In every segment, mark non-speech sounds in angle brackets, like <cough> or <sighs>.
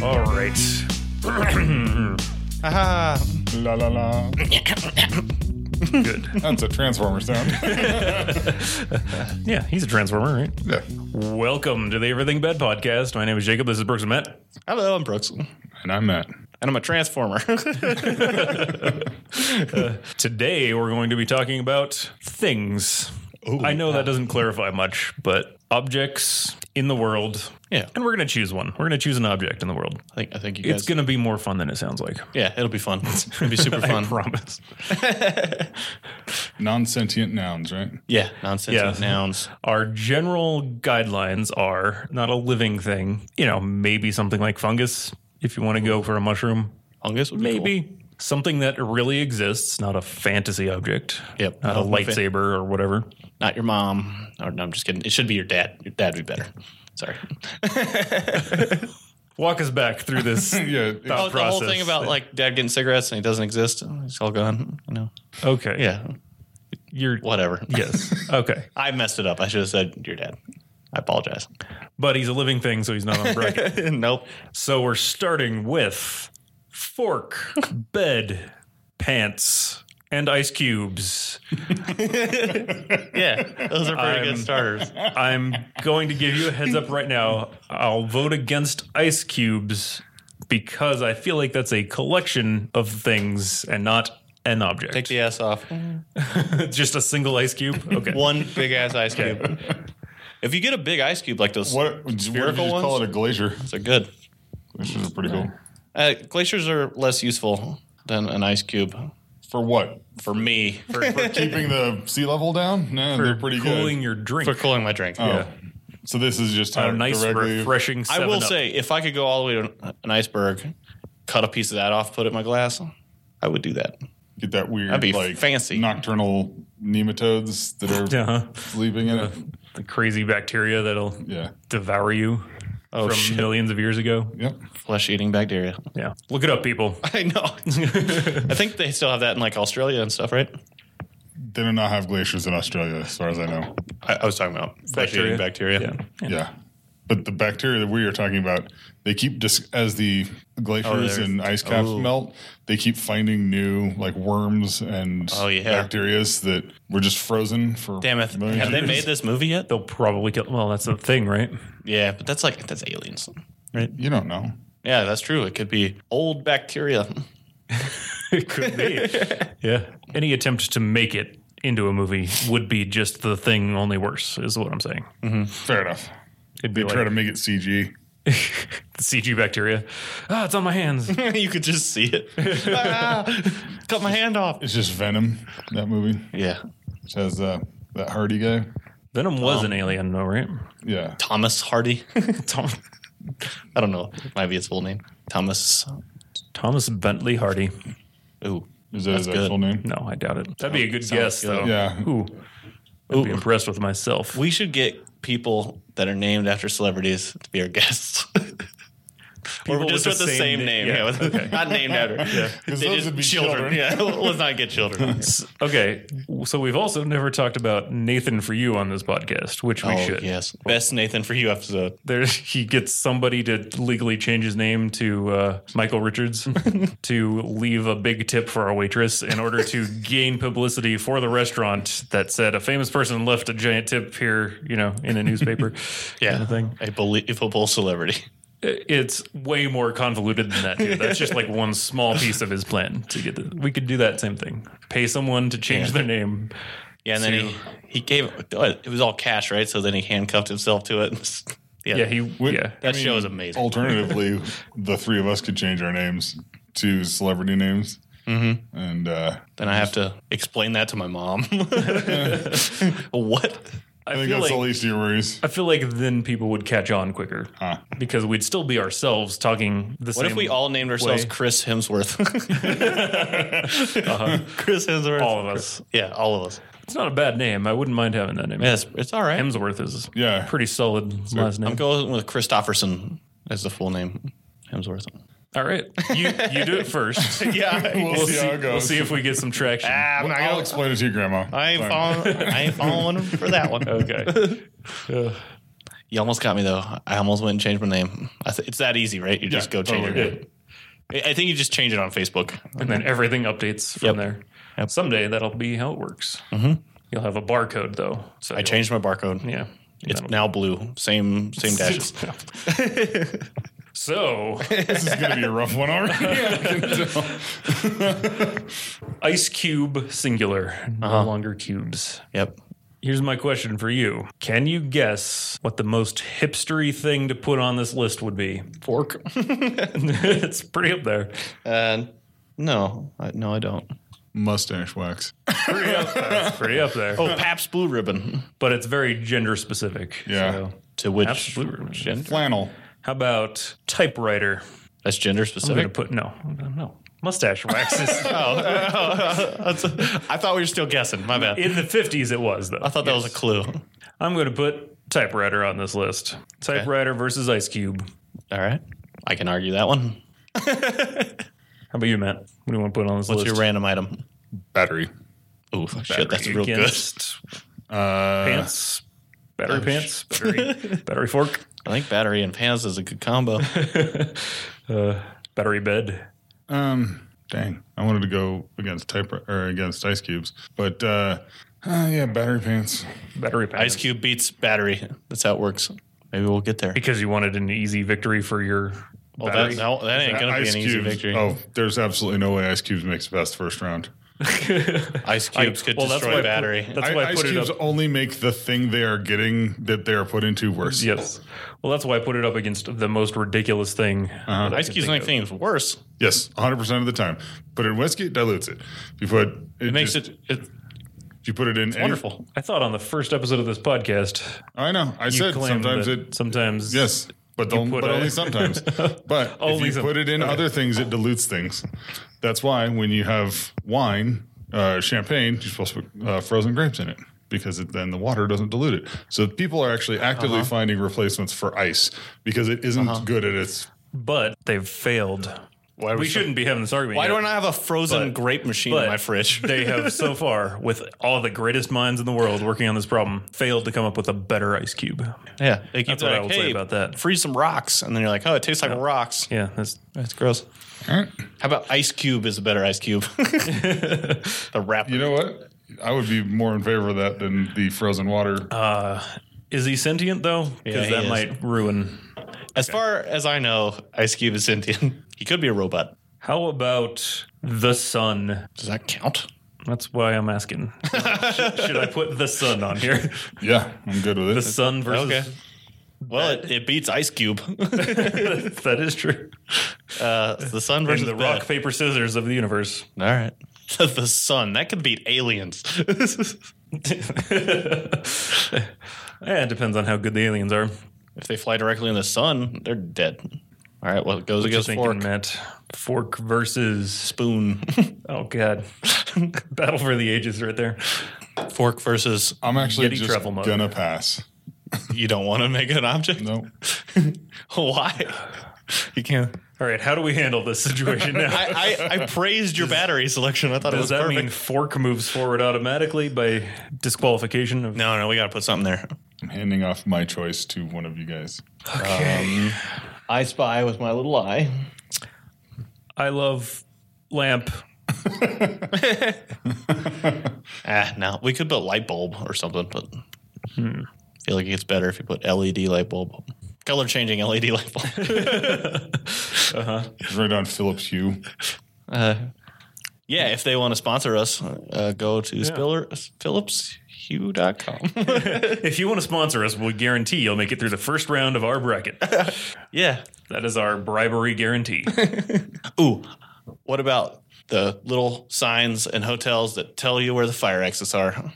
right. Ah, la la la. Good. That's a transformer sound. <laughs> Yeah, he's a transformer, right? yeah. Welcome to the Everything Bed Podcast. My name is Jacob. This is Brooks and Matt. Hello, I'm Brooks, and And I'm Matt. I'm a transformer. <laughs> Today we're going to be talking about things. I know that doesn't clarify much, but objects in the world. yeah, And we're going to choose one. We're going to choose an object in the world. I think I think you It's guys. going to be more fun than it sounds like. <laughs> yeah, it'll be <laughs> fun. It'll be super I fun. promise. Non sentient nouns, right? yeah, nonsense Yeah. with nouns. Our general guidelines are not a living thing, you know, maybe something like fungus if you want to go for a mushroom, Fungus would be maybe something that really exists, not a fantasy object. Yep. Not a Not my fa- lightsaber or whatever. cool. not your mom. Or, no, I'm just kidding. It should be your dad. Your dad would be better. Sorry. Walk us back through this. Yeah. Oh. Oh, the whole process. thing about like dad getting cigarettes and he doesn't exist. Oh, It's all gone. You know. <laughs> Okay. Yeah. You're Whatever. <laughs> Yes. Okay. I messed it up. I should have said your dad. I apologize. But he's a living thing, so he's not on <laughs> bracket. <laughs> nope. so we're starting with fork, bed, pants, and ice cubes. Yeah, those are pretty I'm- good starters. I'm going to give you a heads up right now. I'll vote against ice cubes because I feel like that's a collection of things and not an <laughs> Take object. the ass off. Just a single ice <laughs> cube. Okay. One big ass ice cube. If you get a big ice cube like those, What, what did you just Spherical call ones? it a glacier? they're good. Glaciers are pretty cool. Uh, glaciers are less useful than an ice cube For what? for me for, <laughs> For keeping the sea level down? No, they're pretty cooling good. your drink. for cooling my drink. Oh. So this is just a how nice, directly. refreshing. I 7 will up. say, if I could go all the way to an iceberg, cut a piece of that off, put it in my glass, I would do that. Get that weird, That'd be like fancy. nocturnal nematodes that are uh-huh. sleeping in it. the crazy bacteria that'll Yeah. devour you Oh from shit! millions of years ago. Yep. Flesh eating bacteria. Yeah. Look it up, people. <laughs> I know. I think they still have that in like Australia and stuff, right? They do not have glaciers in Australia, as far as I know. I, I was talking about flesh Bacteria. eating bacteria. Yeah. Yeah. But the bacteria that we are talking about, they keep dis- as the glaciers Oh, there's- and ice caps melt, they keep finding new like worms and Oh, yeah. bacterias that were just frozen for Damn it! millions Have of they years. made this movie yet? They'll probably kill. Well, that's the thing, right? <laughs> Yeah, but that's like that's aliens. You don't know. Yeah, that's true. It could be old bacteria. <laughs> It could be. yeah. Any attempt to make it into a movie would be just the thing only worse, is what I'm saying. <laughs> Fair enough. It'd They be try like to make it CG. CG bacteria. Ah, it's on my hands. you could just see <laughs> it. Ah, cut my hand off. It's just Venom, that movie. Yeah. Which has uh, that Hardy guy. Venom was Um. an alien, though, right? Yeah. Thomas Hardy. Tom- I don't know. Might be his full name. Thomas. Thomas Bentley Hardy. Ooh. Is that his good. Oh. actual name? No, I doubt it. That'd be a good Sounds guess, good. though. Yeah. Ooh. I'd be impressed with myself. We should get people that are named after celebrities to be our guests. <laughs> or People just with the same, name. Yeah. Yeah. with- Not named after. Yeah. 'Cause those would be children. Yeah. Let's not get children. Okay, so we've also never talked about Nathan for you on this podcast, which we oh, should. yes. Best Nathan for you episode. There, <laughs> he gets somebody to legally change his name to uh, Michael <laughs> Richards to leave a big tip for our waitress in order to gain publicity for the restaurant that said a famous person left a giant tip here, you know, in a <laughs> newspaper. kind of thing. A believable celebrity. It's way more convoluted than that. Dude. That's just like one small piece of his plan to get. The, we could do that same thing. Pay someone to change their name. Yeah, and then he, he gave it was all cash, right? So then he handcuffed himself to it. <laughs> yeah, Yeah, he. yeah, that show is amazing. <laughs> Alternatively, the three of us could change our names to celebrity names. Mm-hmm. And uh, Then I have to explain that to my mom. <laughs> what? I, I think feel that's like the least of your worries. I feel like then people would catch on quicker Huh. because we'd still be ourselves talking the same. What if we all named ourselves way. Chris <laughs> Hemsworth? Uh-huh. <laughs> Chris Hemsworth. all of us? Yeah, all of us. It's not a bad name. I wouldn't mind having that name. Yes, it's all right. Hemsworth is Yeah. pretty solid his last name. I'm going with Christofferson as the full name. Hemsworth. all right, you you do it <laughs> first. Yeah. We'll, see, how it goes. Ah. We'll see if we get some traction. I'm not I'll gonna, explain it to you, Grandma. I ain't Fine. following. I ain't following him for that one. Okay. You almost got me though. I almost went and changed my name. I th- it's that easy, right? You just go change totally. your name. I I think you just change it on Facebook. and then everything updates from Yep. Mm-hmm. there. Someday that'll be how it works. You'll have a barcode though. So I changed my barcode. Yeah. It's now blue. Same same <laughs> dashes. <laughs> so This is going to be a rough one already. ice cube singular, no Uh-huh. longer cubes. yep. Here's my question for you: Can you guess what the most hipstery thing to put on this list would be? Fork. <laughs> it's pretty up there. uh, no, I, no, I don't. Mustache wax. Pretty up there. It's pretty up there. Oh, Paps Blue Ribbon. But it's very gender specific. Yeah. So, To which absolutely. gen- Flannel. How about typewriter? that's gender I'm gonna <laughs> specific. put no, no mustache waxes. I thought we were still guessing. My bad. In the 50s, it was though. I thought that was a clue. All I'm going to put typewriter on this list. Typewriter versus Ice Cube. right. I can argue that one. How about you, Matt? What do you want to put on this What's list? your random item? Battery. Oh shit, that's <laughs> real good. Against Uh, Pants. Battery oh, pants. Battery, <laughs> battery fork. I think battery and pants is a good combo. Uh, Battery bed. Um, dang, I wanted to go against type or against ice cubes, but uh, uh yeah, battery pants. Battery pants. Ice Cube beats battery. That's how it works. Maybe we'll get there. Because you wanted an easy victory for <laughs> your Well, that, battery. no, that ain't gonna be ice an easy Cubes- victory. Oh, there's absolutely no way ice cubes makes best first round. Ice cubes could well, that's destroy why- battery. that's- I, why I ice put it cubes up. only make the thing they are getting that they are put into worse. Yes. Well, that's why I put it up against the most ridiculous thing. that I Uh-huh. ice can cubes think make of. things worse. Yes, 100 percent of the time. Put it in whiskey, it dilutes it. If you put it, It makes just- it, it If you put it in any- wonderful. I thought on the first episode of this podcast, I know. I you said claimed sometimes that it. sometimes Yes. But, the, put but a- <laughs> only sometimes. But Only if you some- put it in other things, it dilutes things. That's why when you have wine, uh, champagne, you're supposed to put uh, frozen grapes in it because it, then the water doesn't dilute it. So people are actually actively Uh-huh. finding replacements for ice because it isn't good at its. but they've failed. Why Uh-huh. We shouldn't be having this argument. Why yet. do I not have a frozen But- grape machine but in my <laughs> fridge? they have <laughs> so far, with all the greatest minds in the world working on this problem, failed to come up with a better ice cube. yeah, they keep That's what I like, would hey, say about that. Freeze some rocks, and then you're like, oh, it tastes like rocks. Yeah, that's That's gross. How about ice cube is a better ice cube? <laughs> the wrapper. You know what? I would be more in favor of that than the frozen water. Uh, is he sentient though? Yeah, Because he that is. might ruin. As far as I know, Ice Cube is sentient. <laughs> he could be a robot. How about the sun? Does that count? That's why I'm <laughs> asking. should, should I put the sun on here? yeah, I'm good with it. The sun versus Okay. Well, it, it beats Ice Cube. <laughs> <laughs> that is true. Uh, the sun versus In the rock paper scissors of the <laughs> universe. <laughs> All right. the sun that could beat aliens. <laughs> if Yeah, it depends on how good the aliens are. they fly directly in the sun, they're dead. All right. Well, it goes Just against thinking, fork, Matt. Fork versus spoon, <laughs> oh god, <laughs> battle for the ages right there. fork versus. I'm actually Yeti just travel mode. gonna pass. Um, You don't want to make an object. No, <laughs> Why? You can't. All right, how do we handle this <laughs> situation now? I, I, I praised your battery selection. I thought it Does was that perfect. mean fork moves forward automatically by disqualification? Of- no, no, we got to put something there. I'm handing off my choice to one of you guys. um, I spy with my little eye. I love lamp. Ah, no, we could put light bulb or something, but Hmm. I feel like it gets better if you put LED light bulb, color changing LED light bulb. <laughs> It's right on Phillips Hue. yeah, if they want to sponsor us, uh, go to Spiller, <laughs> phillipshue.com. If you want to sponsor us, we guarantee you'll make it through the first round of our <laughs> bracket. yeah. That is our bribery guarantee. Ooh, what about the little signs and hotels that tell you where the fire exits are?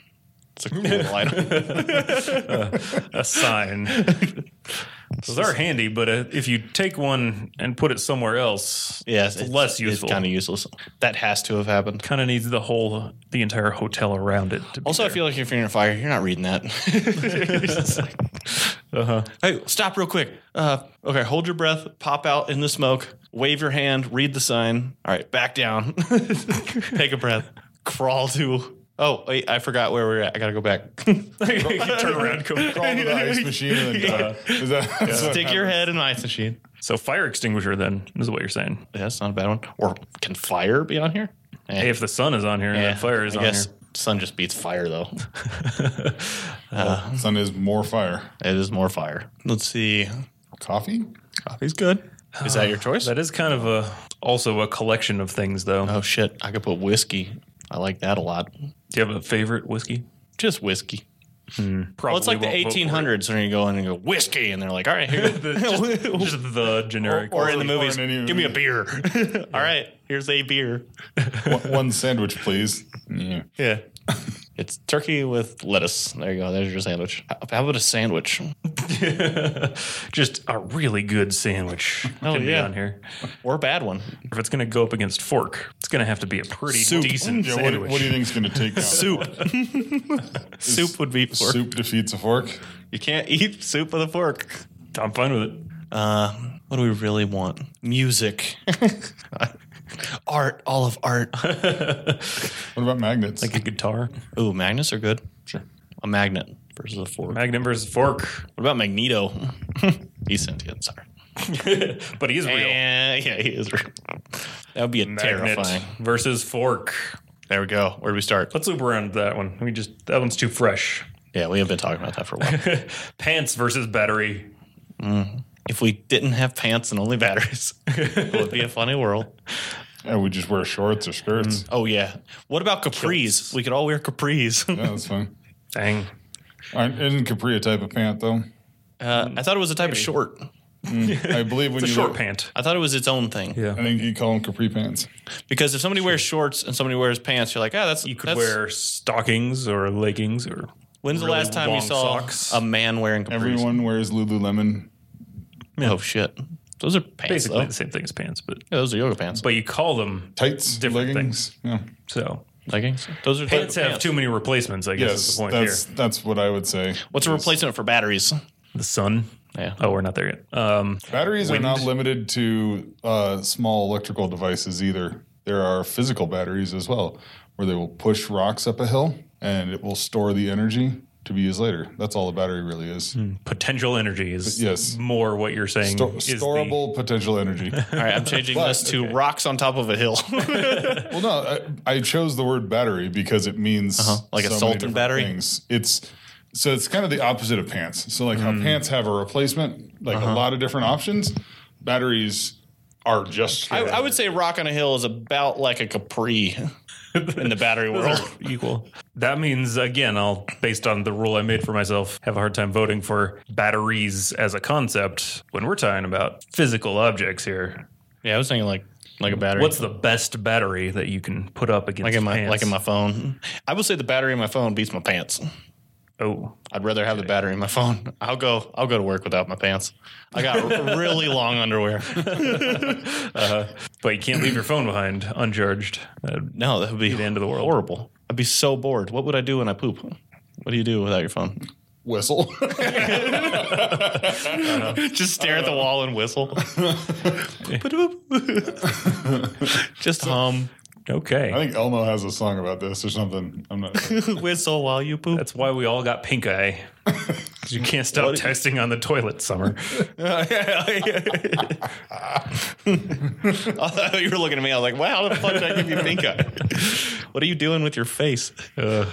It's <laughs> a cool little item. A <laughs> sign. Those are handy, but uh, if you take one and put it somewhere else, Yes, it's, less useful. It's kind of useless. That has to have happened. kind of needs the whole the entire hotel around it. To be Also, I there. feel like if you're in a fire, you're not reading that. <laughs> Uh-huh. <laughs> Hey, stop real quick. Uh, okay, hold your breath, pop out in the smoke, wave your <laughs> hand, read the sign. All right, back down, take a breath, crawl to Oh, wait, I forgot where we we're at. I gotta go <laughs> back. Turn around, <laughs> come Crawl to the ice machine and uh, <laughs> then die. Is that, that's what Stick your head in an ice machine. So fire extinguisher then is what you're saying. Yeah, that's not a bad one. Or can fire be on here? Eh, Hey, if the sun is on here, yeah, then fire is I on guess here. sun just beats fire though. happened. Sun is more fire. it is more fire. Let's see. Coffee? Coffee's good. Is that your choice? That is kind of a also a collection of things though. oh shit! I could put whiskey. I like that a lot. Do you have a favorite whiskey? Just whiskey. Probably Well, it's like the won't vote for it. 1800s when you go in and go whiskey, and they're like, "All right, here." <laughs> you go." <laughs> The- just, just the generic. or in the Or movies, in any give me a movie. <laughs> beer. <laughs> All right, here's a beer. One, one sandwich, please. Yeah. Yeah. It's turkey with lettuce. There you go. There's your sandwich. How how about a sandwich? just a really good sandwich. <laughs> Oh, can be yeah. on here. Or a bad one. If it's going to go up against fork, it's going to have to be a pretty Soup. decent Yeah, what, sandwich. what do you think is going to take out? Soup. soup would be fork. Soup defeats a fork. You can't eat soup with a fork. I'm fine with it. Uh, what do we really want? <laughs> Music. art. All of art. What about magnets? Like a guitar, Ooh, magnets are good. Sure. A magnet versus a fork. magnet versus fork, <laughs> what about Magneto? <laughs> He's sentient. Sorry. but he's real. Eh, yeah, he is real. That would be a Magnet terrifying. versus fork. There we go. Where do we start? Let's loop around to that one. We just that one's too fresh. <laughs> Yeah, we have been talking about that for a while. Pants versus battery. if we didn't have pants and only batteries, <laughs> it would be a funny world. yeah, we just wear shorts or skirts. Mm. Oh yeah. What about capris? We could all wear capris. <laughs> Yeah, that's fine. Dang. Aren't, isn't capri a type of pant though? Uh, I thought it was a type of short. I believe when It's a you short look- pant. I thought it was its own thing. I think you call them capri pants. Because if somebody wears shorts and somebody wears pants, you're like, ah, that's You could that's- wear stockings or leggings or When's the really last time you long saw socks. a man wearing capris? Everyone wears Lululemon. Oh shit. Those are pants. basically though. the same thing as pants, but Yeah, those are yoga pants. but you call them Tights, Different leggings. Yeah. so. Leggings. Those are Pants have too many replacements. I guess is Yes, the point that's here. that's what I would say. What's a replacement for batteries? The sun. Yeah. Oh, we're not there yet. Um, Batteries are not limited to uh, small electrical devices either. There are physical batteries as well, where they will push rocks up a hill and it will store the energy to be used later. That's all a battery really is. Hmm. potential energy is Yes. more what you're saying. Sto- is the- storable potential <laughs> energy. All right, I'm changing this to rocks on top of a hill. well, no, I, I chose the word battery because it means Uh-huh. Like a many salt and different battery? Things. It's so it's kind of the opposite of pants. So like Hmm. how pants have a replacement, like Uh-huh. a lot of different options. Batteries are just I, I would say rock on a hill is about like a capri in the battery world. <laughs> equal. That means again, I'll based on the rule I made for myself, have a hard time voting for batteries as a concept when we're talking about physical objects here. Yeah, I was thinking like like a battery. What's the best battery that you can put up against like in my pants? like in my phone? I would say the battery in my phone beats my pants. oh, I'd rather have the battery in my phone. I'll go I'll go to work without my pants. I <laughs> got really long underwear. but you can't leave your phone behind uncharged. That'd No, that would be be the end of the world. horrible. I'd be so bored. What would I do when I poop? What do you do without your phone? whistle. <laughs> <laughs> Just stare at the wall and <laughs> whistle. Just hum, Okay. I think Elmo has a song about this or something. I'm not. sure. <laughs> whistle while you poop. <laughs> That's why we all got pink eye. 'Cause you can't stop testing on the toilet, Summer. <laughs> I thought you were looking at me. I was like, wow, how the fuck did I give you pink eye? <laughs> what are you doing with your face? Uh,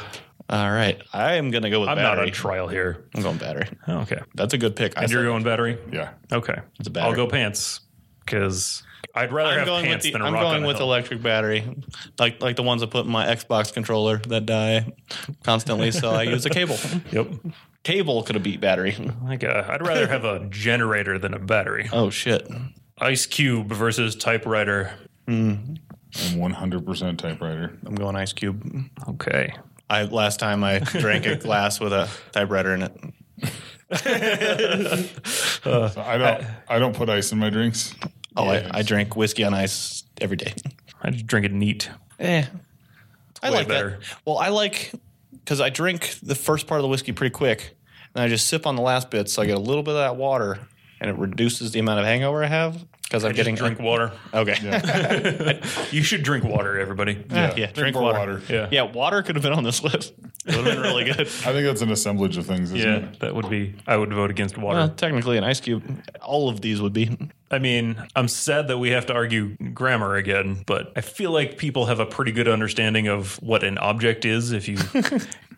All right. I am going to go with I'm not battery. on trial here. I'm going battery. Oh, okay. That's a good pick. I And you're said- going battery? yeah. Okay. a battery. I'll go pants because I'd rather I'm have going with, pants the, than a I'm rock going on with a hill. electric battery, like like the ones I put in my Xbox controller that die constantly. so I use a <laughs> cable. Yep. Cable could have beat battery. Like uh, I'd rather have <laughs> a generator than a battery. Oh shit! Ice Cube versus typewriter. I'm 100% typewriter. I'm going Ice Cube. Okay. I last time I drank <laughs> a glass with a typewriter in it. Uh, So I don't. I don't put ice in my drinks. Oh, I, I drink whiskey on ice every day. I just drink it neat. Eh. I way like better. that. Well, I like because I drink the first part of the whiskey pretty quick, and I just sip on the last bit, so I get a little bit of that water, and it reduces the amount of hangover I have. because I'm Just getting drink water. Okay. Yeah. Uh, You should drink water, everybody. <laughs> yeah, drink more water. Yeah. water could have been on this list. It would have been really good. I think that's an assemblage of things, isn't Yeah, it? that would be. I would vote against water. <laughs> Well, technically, an ice cube. All of these would be. I mean, I'm sad that we have to argue grammar again, but I feel like people have a pretty good understanding of what an object is if <laughs> you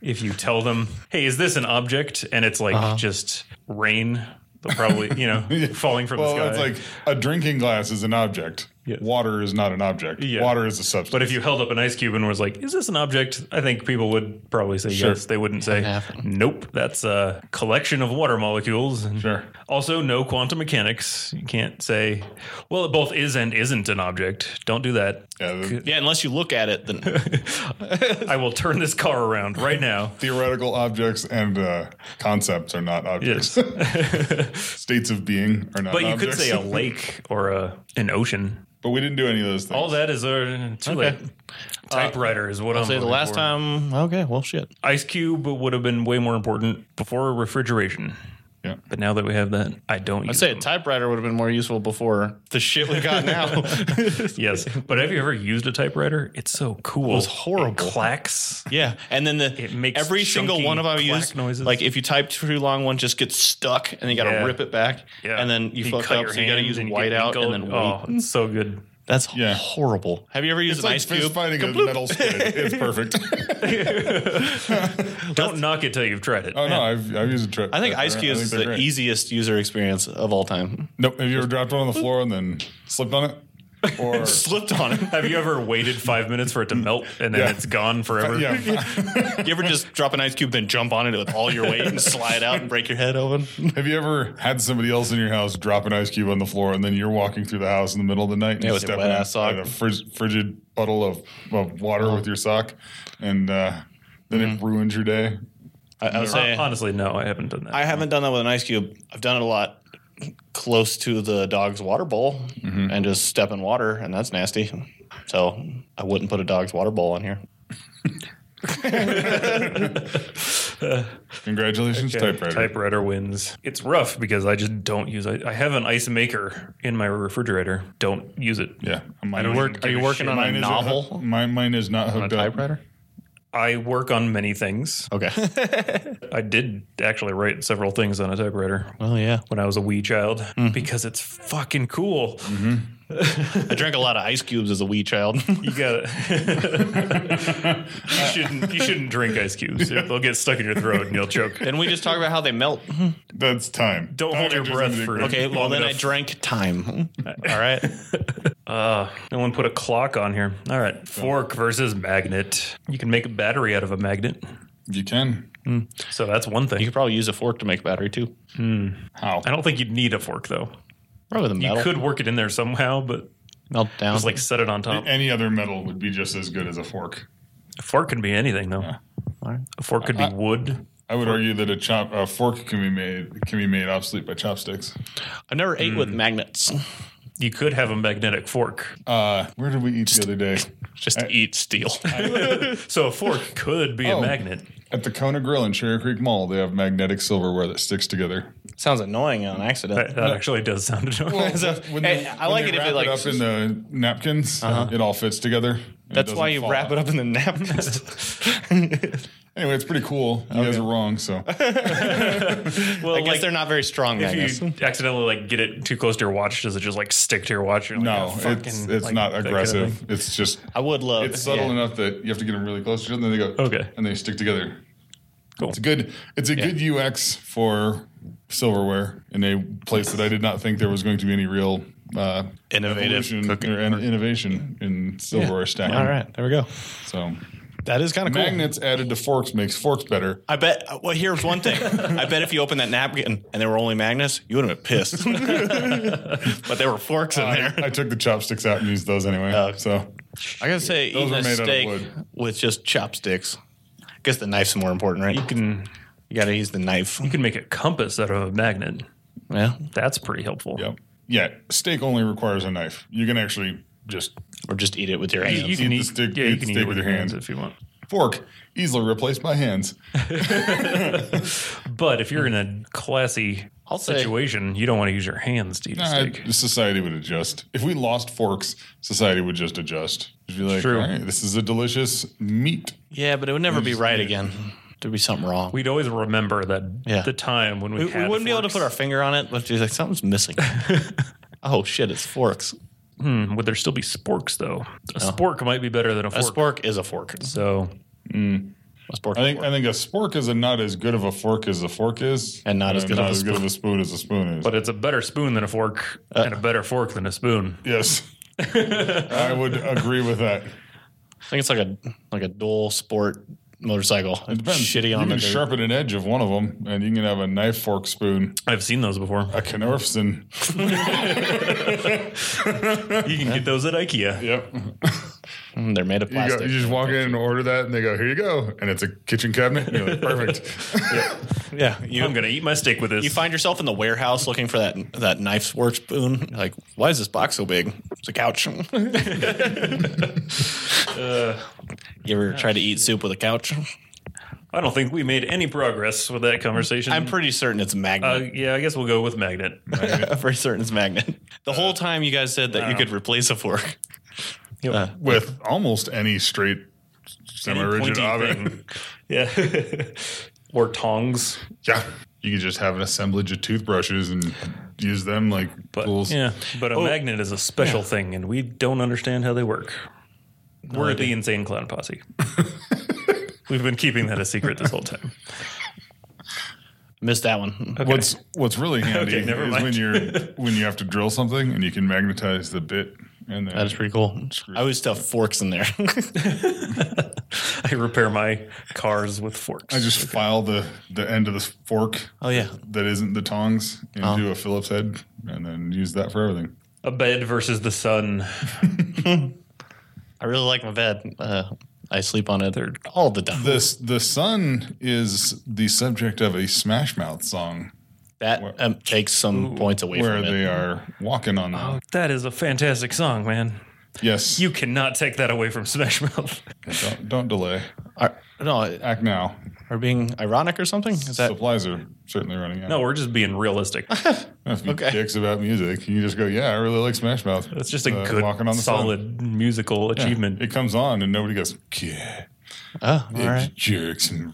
if you tell them, "Hey, is this an object?" and it's like Uh-huh. just rain, but probably, you <laughs> know, <laughs> falling from Well, the it's sky. like a drinking glass is an object. Yeah. Water is not an object. Yeah. Water is a substance. but if you held up an ice cube and was like, "Is this an object?" I think people would probably say Sure. yes. They wouldn't say, Half. "Nope, that's a collection of water molecules." And Sure. Also, no quantum mechanics. You can't say, "Well, it both is and isn't an object." Don't do that. yeah, the Yeah, unless you look at it, then I will turn this car around right now. theoretical objects and uh, concepts are not <laughs> objects. Yes. <laughs> States of being are not. But you could objects. say a lake or a, an ocean. <laughs> but we didn't do any of those things. All that is uh, too late. Typewriter is what i am say the voting last for. time. Okay, well, shit. Ice cube would have been way more important before refrigeration. Yeah. But now that we have that, I don't I'd use say a them. typewriter would have been more useful before the shit we got now. <laughs> yes. But have you ever used a typewriter? It's so cool. It was horrible. It clacks. <laughs> yeah, and then the It makes every single chunky one of our clack use noises. Like if you type too long, one just gets stuck, and you got to Yeah. rip it back, Yeah. and then you, fuck cut up. your So you got to hand use and you get whiteout, and wrinkled. <laughs> then oh, wait. it's so good. That's Yeah. horrible. Have you ever used it's an like ice fist cube? fighting a metal squid. It's <laughs> perfect. Don't knock it till you've tried it. Oh no, I've, I've used a trip. I think ice cubes is the easiest user experience of all time. <laughs> Nope. Have you ever dropped <laughs> one on the floor and then slipped on it? Or Slipped on it. Have you ever waited five minutes for it to melt and then Yeah. it's gone forever? yeah. <laughs> You ever just drop an ice cube, then jump on it with all your weight and slide out and break your head open? <laughs> Have you ever had somebody else in your house drop an ice cube on the floor, and then you're walking through the house in the middle of the night and Yeah, you with your step wet in ass sock. a frig- frigid puddle of, of water with your sock, and uh, then it Mm-hmm. ruins your day? I, I would say Honestly, no, I haven't done that. I haven't done that with an ice cube. I've done it a lot close to the dog's water bowl and just step in water, and that's nasty. So I wouldn't put a dog's water bowl in here. Congratulations, typewriter. Typewriter wins. It's rough because I just don't use it. I have an ice maker in my refrigerator. Don't use it. Yeah. Mine don't is- work- are you working on a mine is novel? mine, mine is not hooked up. I work on many things. Okay. I did actually write several things on a typewriter <laughs> well, yeah. when I was a wee child because it's fucking cool. I drank a lot of ice cubes as a wee <laughs> child. You got to you shouldn't you shouldn't drink ice cubes. They'll get stuck in your throat and you'll choke. Didn't we just talk about how they melt? That's time. Don't Time hold your enters breath into the for- equation. Okay, well, Long then I enough. drank time. All right. Uh, no one put a clock on here. All right, fork versus magnet. You can make a battery out of a magnet, You can. so that's one You thing. could probably use a fork to make battery too. How? I don't think you'd need a fork though. Probably the You metal. could work it in there somehow, but melt down. just like set it on top. Any other metal would be just as good as a fork. A fork could be anything though. All right. A fork could be wood. I would argue that a chop a fork can be made can be made obsolete by chopsticks. I've never ate with magnets. You could have a magnetic fork. Uh, where did we eat the other day? Just <laughs> eat steel. <laughs> So a fork could be Oh. a magnet. At the Kona Grill in Cherry Creek Mall, they have magnetic silverware that sticks together. <laughs> Sounds annoying on accident. That, that actually does sound <laughs> annoying. So, hey, I like it if wrap it, like- Uh-huh. up in the napkins. It all fits together. and it That's why doesn't you fall wrap out. it up in the <laughs> napkins. Anyway, it's pretty cool. You guys are wrong. So Well, I guess like, they're not very strong if magnets. you accidentally like get it too close to your watch, does it just like stick to your watch? You're like, no, "Oh, fucking," it's it's like, not that kind of aggressive. thing? it's just I would love. it's subtle yeah. enough that you have to get them really close to each other. And then they go Okay. and they stick together. Cool. It's a good. It's a good UX for silverware in a place that I did not think there was going to be any real uh, Innovative evolution or in- innovation in silverware stacking. All right, there we go. So That is kind of cool. magnets added to forks makes forks better. I bet. Well, here's one thing. I bet if you opened that napkin and there were only magnets, you would have been pissed. but there were forks in I, there. I took the chopsticks out and used those anyway. Oh. So I gotta say, Those eating were a made out of steak wood. with just chopsticks. I guess the knife's more important, right? You You can gotta use the knife. you can make a compass out of a magnet. Yeah, That's pretty helpful. yep. Yeah, steak only requires a knife. You can actually just or just eat it with your You, hands. you can the eat, stick- yeah, eat you the can stick eat with your hands if you want. Fork, easily replaced by hands. But if you're in a classy I'll say- situation, you don't want to use your hands to eat a Nah, steak. society would adjust. If we lost forks, society would just adjust. Just be like, True. all right, this is a delicious meat. Yeah, but it would never be right again. There'd be something wrong. We, We'd always remember that Yeah. the time when we, we had wouldn't be able to forks. put our finger on it, but she's like, something's missing. oh shit, it's forks. Hmm, would there still be sporks though? A spork might be better than a A fork. spork is a fork. A so spork. I is a think fork. I think a spork is a not as good of a fork as a fork is, And not as good of a good a spoon as a spoon is. but it's a better spoon than a fork Uh. and a better fork than a spoon. <laughs> yes, I would agree with that. I think it's like a like a dual sport motorcycle. It depends. Shitty on you the can sharpen an edge of one of them, and you can have a knife, fork, spoon, I've seen those before. Uh, a Knorfson. <laughs> You can get those at IKEA. Yep. Mm, They're made of You, go, plastic. you just walk in and order that, and they go, "Here you go," and it's a kitchen cabinet. You're like, <laughs> Perfect. yeah, you, I'm gonna eat my steak with this. you find yourself in the warehouse looking for that that knife fork spoon. You're like, why is this box so big? It's a couch. <laughs> Uh, you ever try to eat soup with a couch? I don't think we made any progress with that conversation. I'm pretty certain it's uh, magnet. yeah, I guess we'll go with <laughs> magnet. I'm pretty certain it's magnet. The whole time you guys said that you could replace a fork. Uh, with almost any straight semi-rigid Pointy thing. oven. <laughs> Yeah. <laughs> or tongs. <laughs> Yeah, you could just have an assemblage of toothbrushes and use them like But tools. yeah, Oh, but a magnet is a special thing, and we don't understand how they work. We're the insane clown posse. <laughs> We've been keeping that a secret this whole <laughs> time. missed that one. What's <laughs> what's really handy Okay, never is mind. <laughs> when you're when you have to drill something and you can magnetize the bit and then That is pretty cool. I always stuff forks in there. I repair my cars with forks. I just file the the end of the fork oh yeah. <laughs> that isn't the tongs Oh. into a Phillips head and then use that for everything. a bed versus the sun. I really like my bed. Uh, I sleep on it all the time. This the sun is the subject of a Smash Mouth song that um, takes some points away where from it. they are walking on. The, That is a fantastic song, man. yes, Oh. You cannot take that away from Smash Mouth. don't, don't delay. Are, no, Act now. are being ironic or something? Is that Supplies are certainly running out. No, we're just being realistic. If you Okay. dicks about music, you just go, yeah, I really like Smash Mouth. It's just a Uh, good, Walking on the Sun. solid musical achievement. It comes on and nobody goes, yeah, oh, all it right? jerks. And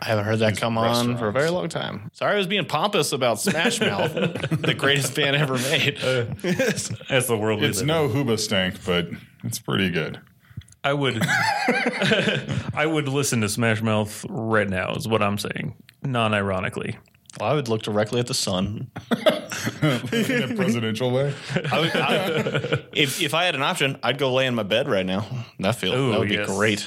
I haven't heard that come on for a restaurants. very long time. Sorry, I was being pompous about Smash Mouth, <laughs> the greatest band ever made. That's the world we it's live in. no Hooba Stank, but it's pretty good. <laughs> I would <laughs> I would listen to Smash Mouth right now is what I'm saying. Non ironically. <laughs> Well, I would look directly at the sun. In a presidential way. I would, I- if if I had an option, I'd go lay in my bed right now. That feel Ooh, that would be yes. great.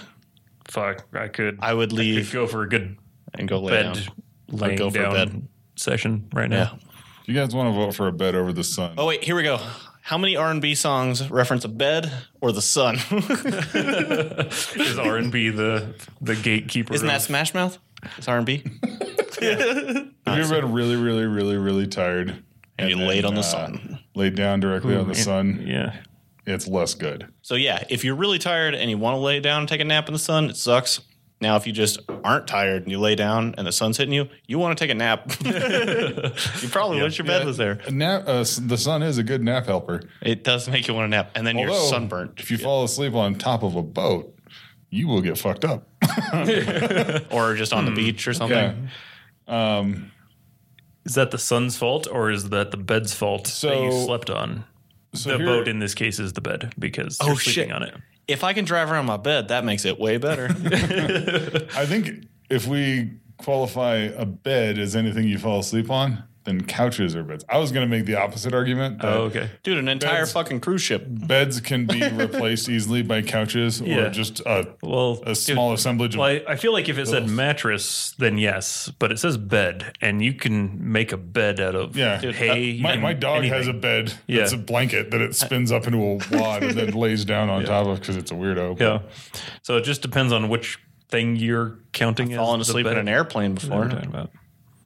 Fuck, I could I I would could leave go for a good and go lay bed down. laying go for down bed. session right Yeah. now. You guys want to vote for a bed over the sun? Oh wait, here we go. How many R and B songs reference a bed or the sun? <laughs> Is R and B the the gatekeeper? Isn't that of- Smash Mouth? It's R and B. Have you ever been really, really, really, really tired? And, <laughs> And you laid then, on the uh, sun. Laid down directly on the sun. Yeah. It's less good. So yeah, if you're really tired and you want to lay down and take a nap in the sun, it sucks. Now, if you just aren't tired and you lay down and the sun's hitting you, you want to take a nap. <laughs> you probably wish your bed was there. A nap, uh, s- the sun is a good nap helper. It does make you want to nap, and then you're Although, sunburnt, If you fall asleep on top of a boat, you will get fucked up. or just on the beach or <laughs> something. Yeah. Is that the sun's fault or is that the bed's fault that you So- slept on? So the here- boat in this case is the bed because Oh, you're sleeping shit. on it. If I can drive around my bed, that makes it way better. I think if we qualify a bed as anything you fall asleep on, then couches are beds. I was going to make the opposite argument. that Oh, okay. Dude, an entire Beds. fucking cruise ship. Beds <laughs> can be replaced easily by couches Yeah. or just a, Well, a small assemblage of. Well, I, I feel like if it said mattress, then yes, but it says bed, and you can make a bed out of yeah. hay. Uh, my, my dog has a bed Yeah. that's a blanket that it spins up into a wad and then lays down on top of because it's a weirdo. yeah. So it just depends on which thing you're counting. as Fallen the asleep in bed. an airplane before. We're Is talking about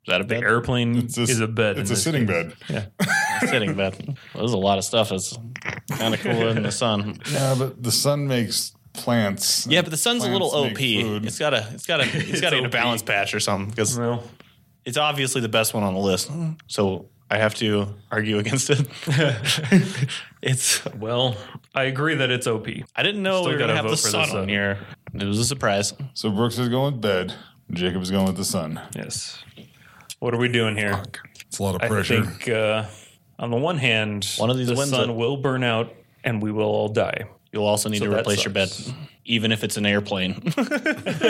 that a the bed? airplane It's a, is a bed. It's in a this sitting case. bed. sitting bed. Well, there's a lot of stuff that's kind of cooler than the sun. Yeah, but the sun makes plants. Yeah, but the sun's a little OP. Plants make food. It's gotta, it's gotta, it's gotta It's get a OP. balance patch or something because Well, it's obviously the best one on the list. So I have to argue against it. <laughs> it's well, I agree that it's OP. I didn't know Still we were gotta gonna have vote the for the sun, sun. on here. It was a surprise. So Brooks is going with bed. Jacob is going with the sun. Yes. What are we doing here? It's a lot of I pressure. think uh, on the one hand, One of these the wins sun it. will burn out and we will all die. You'll also need So to that replace your bed, sucks. even if it's an airplane. <laughs>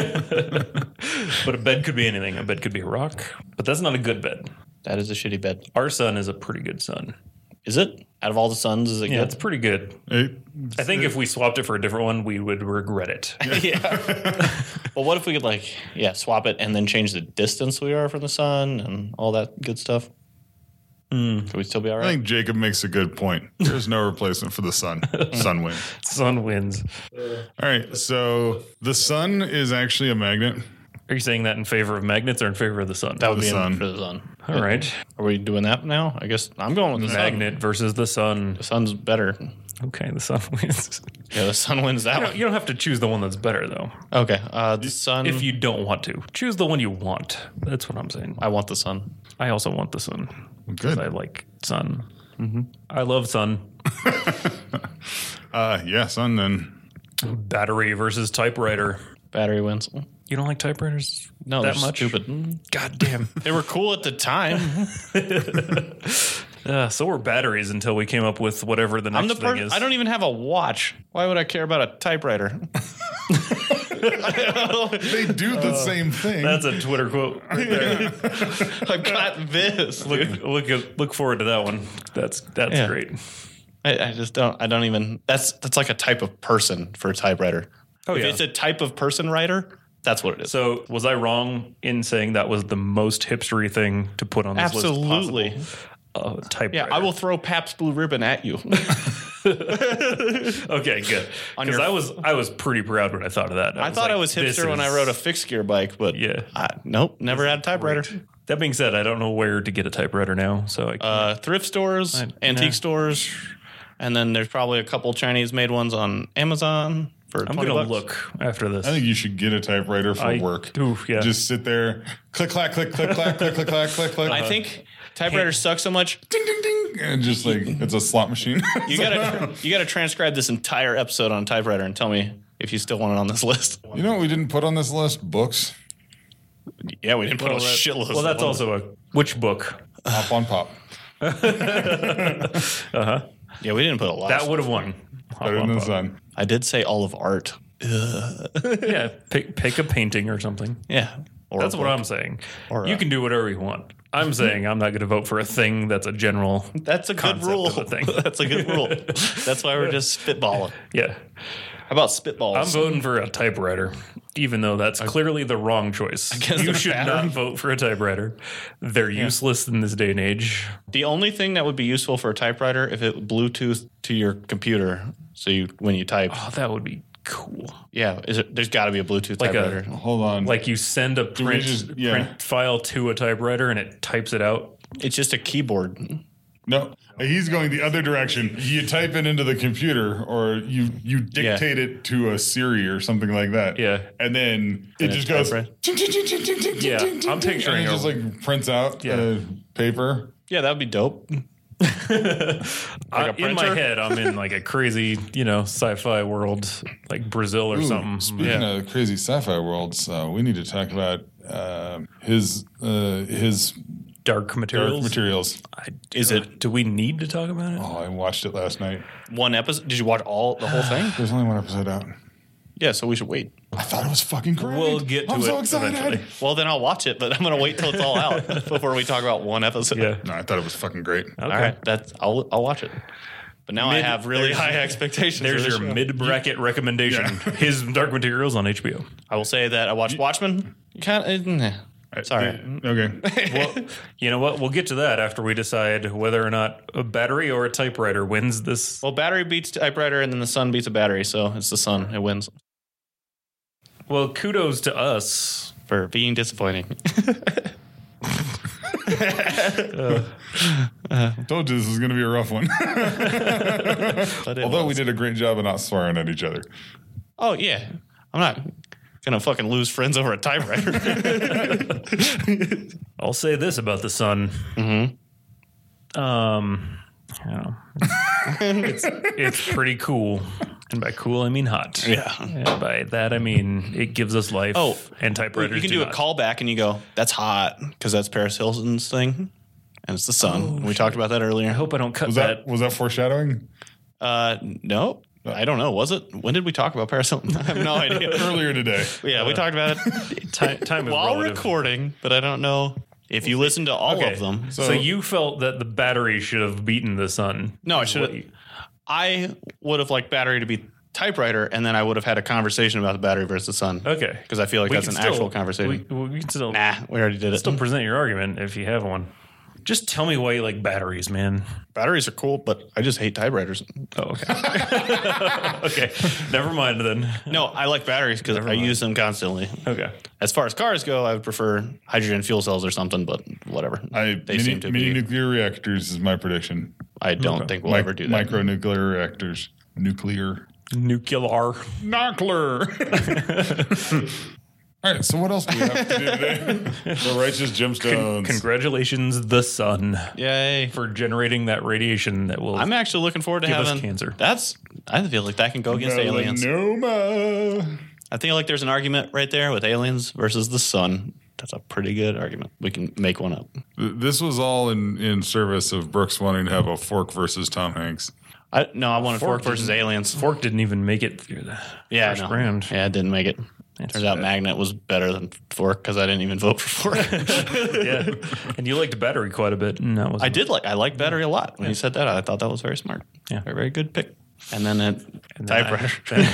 But a bed could be anything. A bed could be a rock, but that's not a good bed. that is a shitty bed. Our sun is a pretty good sun. Is it? Out of all the suns, is it Yeah, it's good? pretty good. It- I think if we swapped it for a different one, we would regret <laughs> it. yeah. <laughs> well, what if we could like, yeah, swap it and then change the distance we are from the sun and all that good stuff? Could we still be all I right? think Jacob makes a good point. There's no replacement for the <laughs> sun. Sun wins. sun wins. All right. So the sun is actually a magnet. Are you saying that in favor of magnets or in favor of the sun? that would the be in sun. for the sun. All right. Are we doing that now? I guess I'm going with the sun. Magnet versus the sun. The sun's better. Okay, the sun <laughs> wins. Yeah, the sun wins that You one. don't, you don't have to choose the one that's better, though. Okay. Uh, the sun. If you don't want to, choose the one you want. That's what I'm saying. I want the sun. I also want the sun. Good. I like sun. Mm-hmm. I love sun. Uh, yeah, sun then. <clears throat> Battery versus typewriter. Battery wins. You don't like typewriters No, that they're much? stupid. God damn. <laughs> They were cool at the time. Uh, so were batteries until we came up with whatever the next <laughs> I'm the thing person. is. I don't even have a watch. Why would I care about a typewriter? <laughs> They do Uh, the same thing. That's a Twitter quote. <laughs> I've got this. Look, look, look, at- look forward to that one. That's that's Yeah. great. I, I just don't. I don't even. That's that's like a type of person for a typewriter. Oh, if yeah. it's a type of person writer, that's what it is. So was I wrong in saying that was the most hipstery thing to put on this Absolutely. list? Absolutely. Uh, Yeah, typewriter. I will throw Pabst Blue Ribbon at you. <laughs> Okay, good. <laughs> On Because your- I was I was pretty proud when I thought of that. I thought like, I was this hipster when I is- rode a fixed gear bike, but Yeah. I, nope, never had a typewriter. That being said, I don't know where to get a typewriter now, so I can't. Uh, thrift stores, antique yeah. stores, and then there's probably a couple Chinese made ones on Amazon for I'm 20 gonna bucks. look after this. I think you should get a typewriter for I work. do, yeah. Just sit there, click, clack, click, click, clack, click, click, clack, click, clack. I think typewriters suck so much. ding, ding, ding, and just like it's a slot machine. <laughs> <laughs> You gotta you gotta transcribe this entire episode on typewriter and tell me if you still want it on this <laughs> list. you know what we didn't put on this list? Books. Yeah, we didn't put a Well, that- shitload. well, that's also a which book Pop <sighs> on pop. yeah, we didn't put a lot. that would have won. Better than the sun. I did say all of art. <laughs> Yeah, pick pick a painting or something. Yeah, or That's a what book. I'm saying. Or you a- can do whatever you want. I'm saying I'm not going to vote for a thing that's a general. That's a good concept rule. of the thing. <laughs> that's a good rule. That's why we're just spitballing. Yeah, How about spitballs? I'm voting for a typewriter, even though that's clearly the wrong choice. guess You the should not battery- vote for a typewriter. They're useless in this day and age. The only thing that would be useful for a typewriter if it Bluetooth to your computer, so you when you type, Oh, that would be cool. yeah, is it, there's got to be a Bluetooth Like a- typewriter. Hold on. Like you send a we print, just- yeah. print file to a typewriter and it types it out. it's just a keyboard. no, he's going the other direction. You type it into the computer, or you you dictate it to a Siri or something like that. Yeah. and then it a just goes. <laughs> typewriter. ting, ting, ting, ting, ting, ting, ting, Yeah, ting, I'm ting, ting, picturing a- and it just like prints out Yeah. uh, paper. Yeah, that would be dope. I- in my printer? head, I'm in like a crazy, you know, sci-fi world, like Brazil or Ooh, something. Speaking of crazy sci-fi worlds, uh, we need to talk about um his uh, his Dark dark materials. materials. I- Is it Do we need to talk about it? Oh, I watched it last night. one episode? Did you watch all the <sighs> whole thing? There's only one episode out. Yeah, so we should wait. I thought it was fucking great. We'll get to I'm it so excited. eventually. Well, then I'll watch it, but I'm gonna wait till it's all <laughs> out before we talk about one episode. Yeah. No, I thought it was fucking great. Okay. All right, that's I'll I'll watch it. But now I Mid- have really there's- high expectations. There's for this your show. mid-bracket recommendation. <laughs> Yeah. His Dark Materials on HBO. I will say that I watched Watchmen. Kind of, nah. Sorry. <laughs> Okay. Well, you know what? We'll get to that after we decide whether or not a battery or a typewriter wins this. Well, battery beats typewriter, and then the sun beats a battery, so it's the sun. It wins Well, kudos to us. for being disappointing. <laughs> Told you this was going to be a rough one. But <laughs> it Although we was. did a great job of not swearing at each other. Oh yeah, I'm not gonna fucking lose friends over a <laughs> typewriter. I'll say this about the sun. Mm-hmm. Um, I don't know. it's, it's pretty cool. And by cool, I mean hot. yeah. And by that, I mean it gives us life. Oh, and typewriters. You can do a not. callback and you go, "That's hot," because that's Paris Hilton's thing, and it's the sun. we talked about that earlier. I hope I don't cut Was that. that was that foreshadowing? Uh, no, I don't know. Was it? When did we talk about Paris Hilton? <laughs> I have no idea. Earlier today. yeah, <laughs> we talked about it Uh, <laughs> Ti- time is while relative. recording, but I don't know if you listen to all Okay. of them. So, So- you felt that the battery should have beaten the sun. No, I should. I would have liked battery to be typewriter, and then I would have had a conversation about the battery versus the sun. Okay. because I feel like We that's an can actual conversation. We, we can still, nah, we already did it. still present your argument if you have one. Just tell me why you like batteries, man. Batteries are cool, but I just hate typewriters. Oh, okay. <laughs> okay. Never mind then. No, I like batteries because I use them constantly. Okay. As far as cars go, I would prefer hydrogen fuel cells or something, but whatever. I they mini, seem to mini be. nuclear reactors is my prediction. I don't think we'll Mic- ever do that. micro nuclear reactors. Nuclear. Nuclear. Nuclear. All right. So what else do we have to do <laughs> today? the righteous gemstones. <laughs> Congratulations, the sun, Yay! for generating that radiation that will. I'm actually looking forward to Give us having cancer. That's I feel like that can go against aliens. Melanoma. I feel like there's an argument right there with aliens versus the sun. That's a pretty good argument. We can make one up. Th- This was all in, in service of Brooks wanting to have a fork versus Tom Hanks. I no, I wanted Fork fork versus aliens. Fork didn't even make it through the yeah, first no. round. Yeah, it didn't make it. That's Turns out Magnet was better than Fork because I didn't even vote for Fork. <laughs> yeah. And you liked battery quite a bit. And that was I did like I like battery a lot. When you said that, I thought that was very smart. Yeah. very, very good pick. And then it then typewriter, <laughs>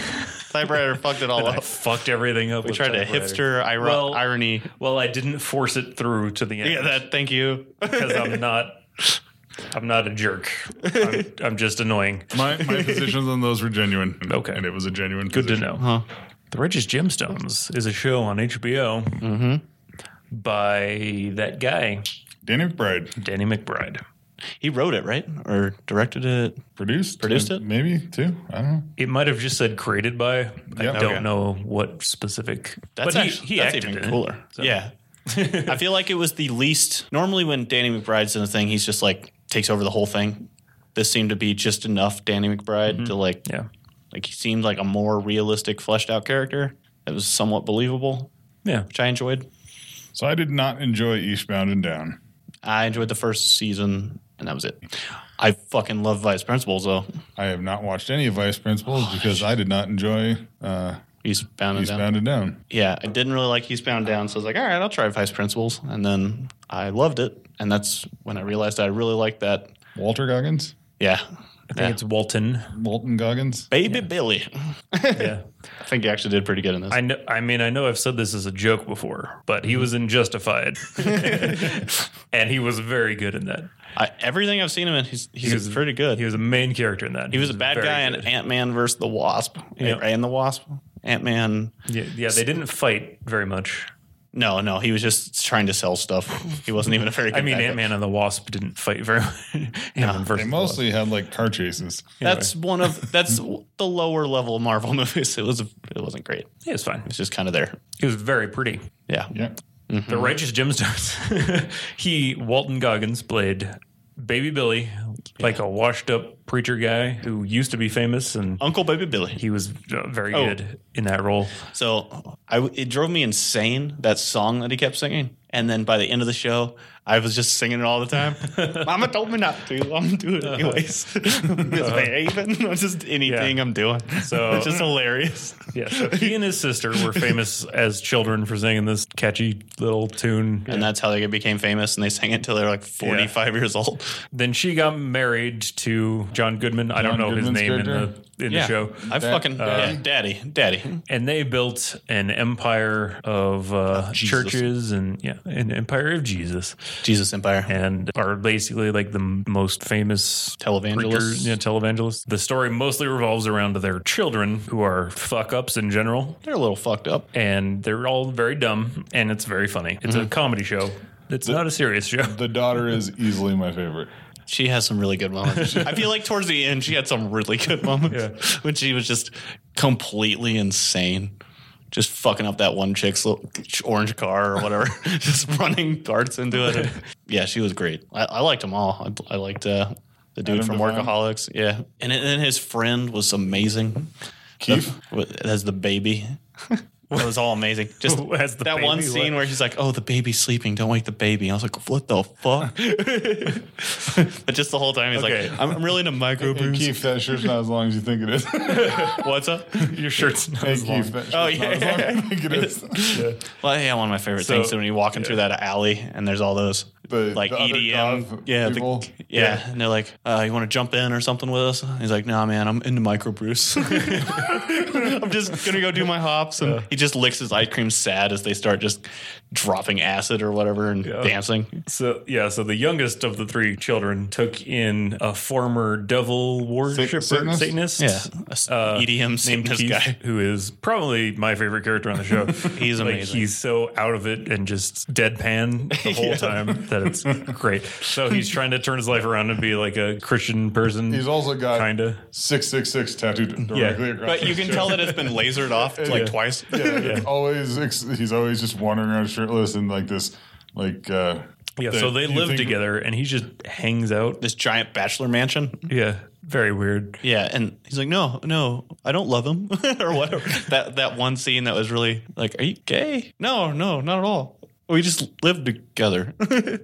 typewriter <laughs> fucked it all I up. fucked everything up. We tried to hipster iro- Well- irony. Well, I didn't force it through to the end. Yeah, that. Thank you. because I'm not. I'm not a jerk. <laughs> I'm, I'm just annoying. My, my positions on those were genuine. Okay. And it was a genuine Good to position. know. The Righteous Gemstones is a show on HBO by that guy, Danny McBride Danny McBride. He wrote it, right, or directed it? produced. Produced it? Maybe too. I don't know. It might have just said created by. I Yeah. don't Okay. know what specific. That's but actually, he, he that's acted even in it. cooler. So- <laughs> Yeah, I feel like it was the least. Normally, when Danny McBride's in a thing, he's just like takes over the whole thing. This seemed to be just enough Danny McBride to like, Yeah. like he seemed like a more realistic, fleshed out character. It was somewhat believable, Yeah. which I enjoyed. So I did not enjoy Eastbound and Down. I enjoyed the first season, and that was it. I fucking love Vice Principals though. I have not watched any of Vice Principals because I did not enjoy uh, He's bound and down. Eastbound and Down. yeah, I didn't really like He's Bound Down, so I was like, all right, I'll try Vice Principals. And then I loved it. And that's when I realized I really liked that. Walter Goggins, Yeah. I think it's <laughs> Walton. Walton Goggins. Baby Billy. Yeah. I think he actually did pretty good in this. I know. I mean, I know I've said this as a joke before, but Mm-hmm. he was in <laughs> Justified, and he was very good in that. I, everything I've seen him in, he's, he's was- pretty good. He was a main character in that. He was a bad very guy in good. Ant Man versus the Wasp. Yeah. And the Wasp. Ant Man. yeah, yeah, they didn't fight very much. No, no, he was just trying to sell stuff. He wasn't even a very good <laughs> I mean, bad guy. Ant Man and the Wasp didn't fight very much. <laughs> Ant-Man versus They the mostly had like car chases. That's one of that's the lower level Marvel <laughs> movies. It was it wasn't great. Wasp. Yeah, it's fine. It's just kind of there. He was very pretty. Yeah. Yeah. The Mm-hmm. Righteous Gemstones. <laughs> he Walton Goggins played Baby Billy, like a washed-up preacher guy who used to be famous, and Uncle Baby Billy. he was uh, very Oh. good in that role. So I w it drove me insane that song that he kept singing, and then by the end of the show, I was just singing it all the <laughs> time. Mama told me not to. I'm doing it anyways. It's <laughs> behaving. It's just anything Yeah. I'm doing. So- <laughs> it's just hilarious. Yeah, so he and his sister were famous as children for singing this catchy little tune. And that's how they became famous, and they sang it till they were like 45 years old. then she got married to John Goodman. I don't John know Goodman's his name character? in the in the show. I fucking uh, yeah, daddy, daddy. And they built an empire of, uh, Jesus. churches and yeah, an empire of Jesus, Jesus Empire. and are basically like the m- most famous Televangelists. preachers, yeah, televangelists. The story mostly revolves around their children, who are fuck ups in general, They're a little fucked up. and they're all very dumb, and it's very funny. It's a comedy show. It's not a serious show. The daughter is easily my favorite. She has some really good moments. I feel like towards the end, she had some really good moments when she was just completely insane. Just fucking up that one chick's little orange car or whatever, <laughs> just running darts into it. Yeah, she was great. I, I liked them all. I, I liked uh, the dude Adam from Devine? Workaholics. Yeah. And then his friend was amazing. Keith? That's the baby. That was <laughs> all amazing. Just As the that one baby, scene what? where he's like, "Oh, the baby's sleeping. Don't wake the baby." I was like, "What <laughs> the fuck?" but just the whole time he's Okay. like, "I'm, I'm really into micro Hey, Keith, that shirt's not as long as you think it is. hey, <laughs> What's up? Your shirt's not as Keith, long. that shirt's Oh, not as long as you think it is. Well, yeah, one of my favorite So- things is when you walk into that alley and there's all those The- like the other goth EDM, yeah, the- people. yeah, and they're like, uh, "You want to jump in or something with us?" And he's like, "Nah, man, I'm into <laughs> micro Bruce. I'm just gonna go do my hops." And he just licks his ice cream sad as they start just dropping acid or whatever and dancing. So yeah, so the youngest of the three children took in a former devil worshiper Satanist? Satanist, Yeah, a s- uh, E EDM named Satanist Keith, <laughs> guy. who is probably my favorite character on the show. <laughs> He's Like, amazing. he's so out of it and just deadpan <laughs> the whole time that it's great. So he's trying to turn his life around and be like a Christian person. He's also got kinda. 666 tattooed directly Yeah. across But you his can chest. tell that it's been lasered off like twice. <laughs> Yeah, it's always ex- he's always just wandering around shirtless and like this, like uh, Yeah, the- so they you live think- together and he just hangs out. This giant bachelor mansion. Yeah, very weird. Yeah, and he's like, "No, no, I don't love him," <laughs> or whatever. that that one scene that was really like, "Are you gay?" No, no, not at all. We just lived together. <laughs>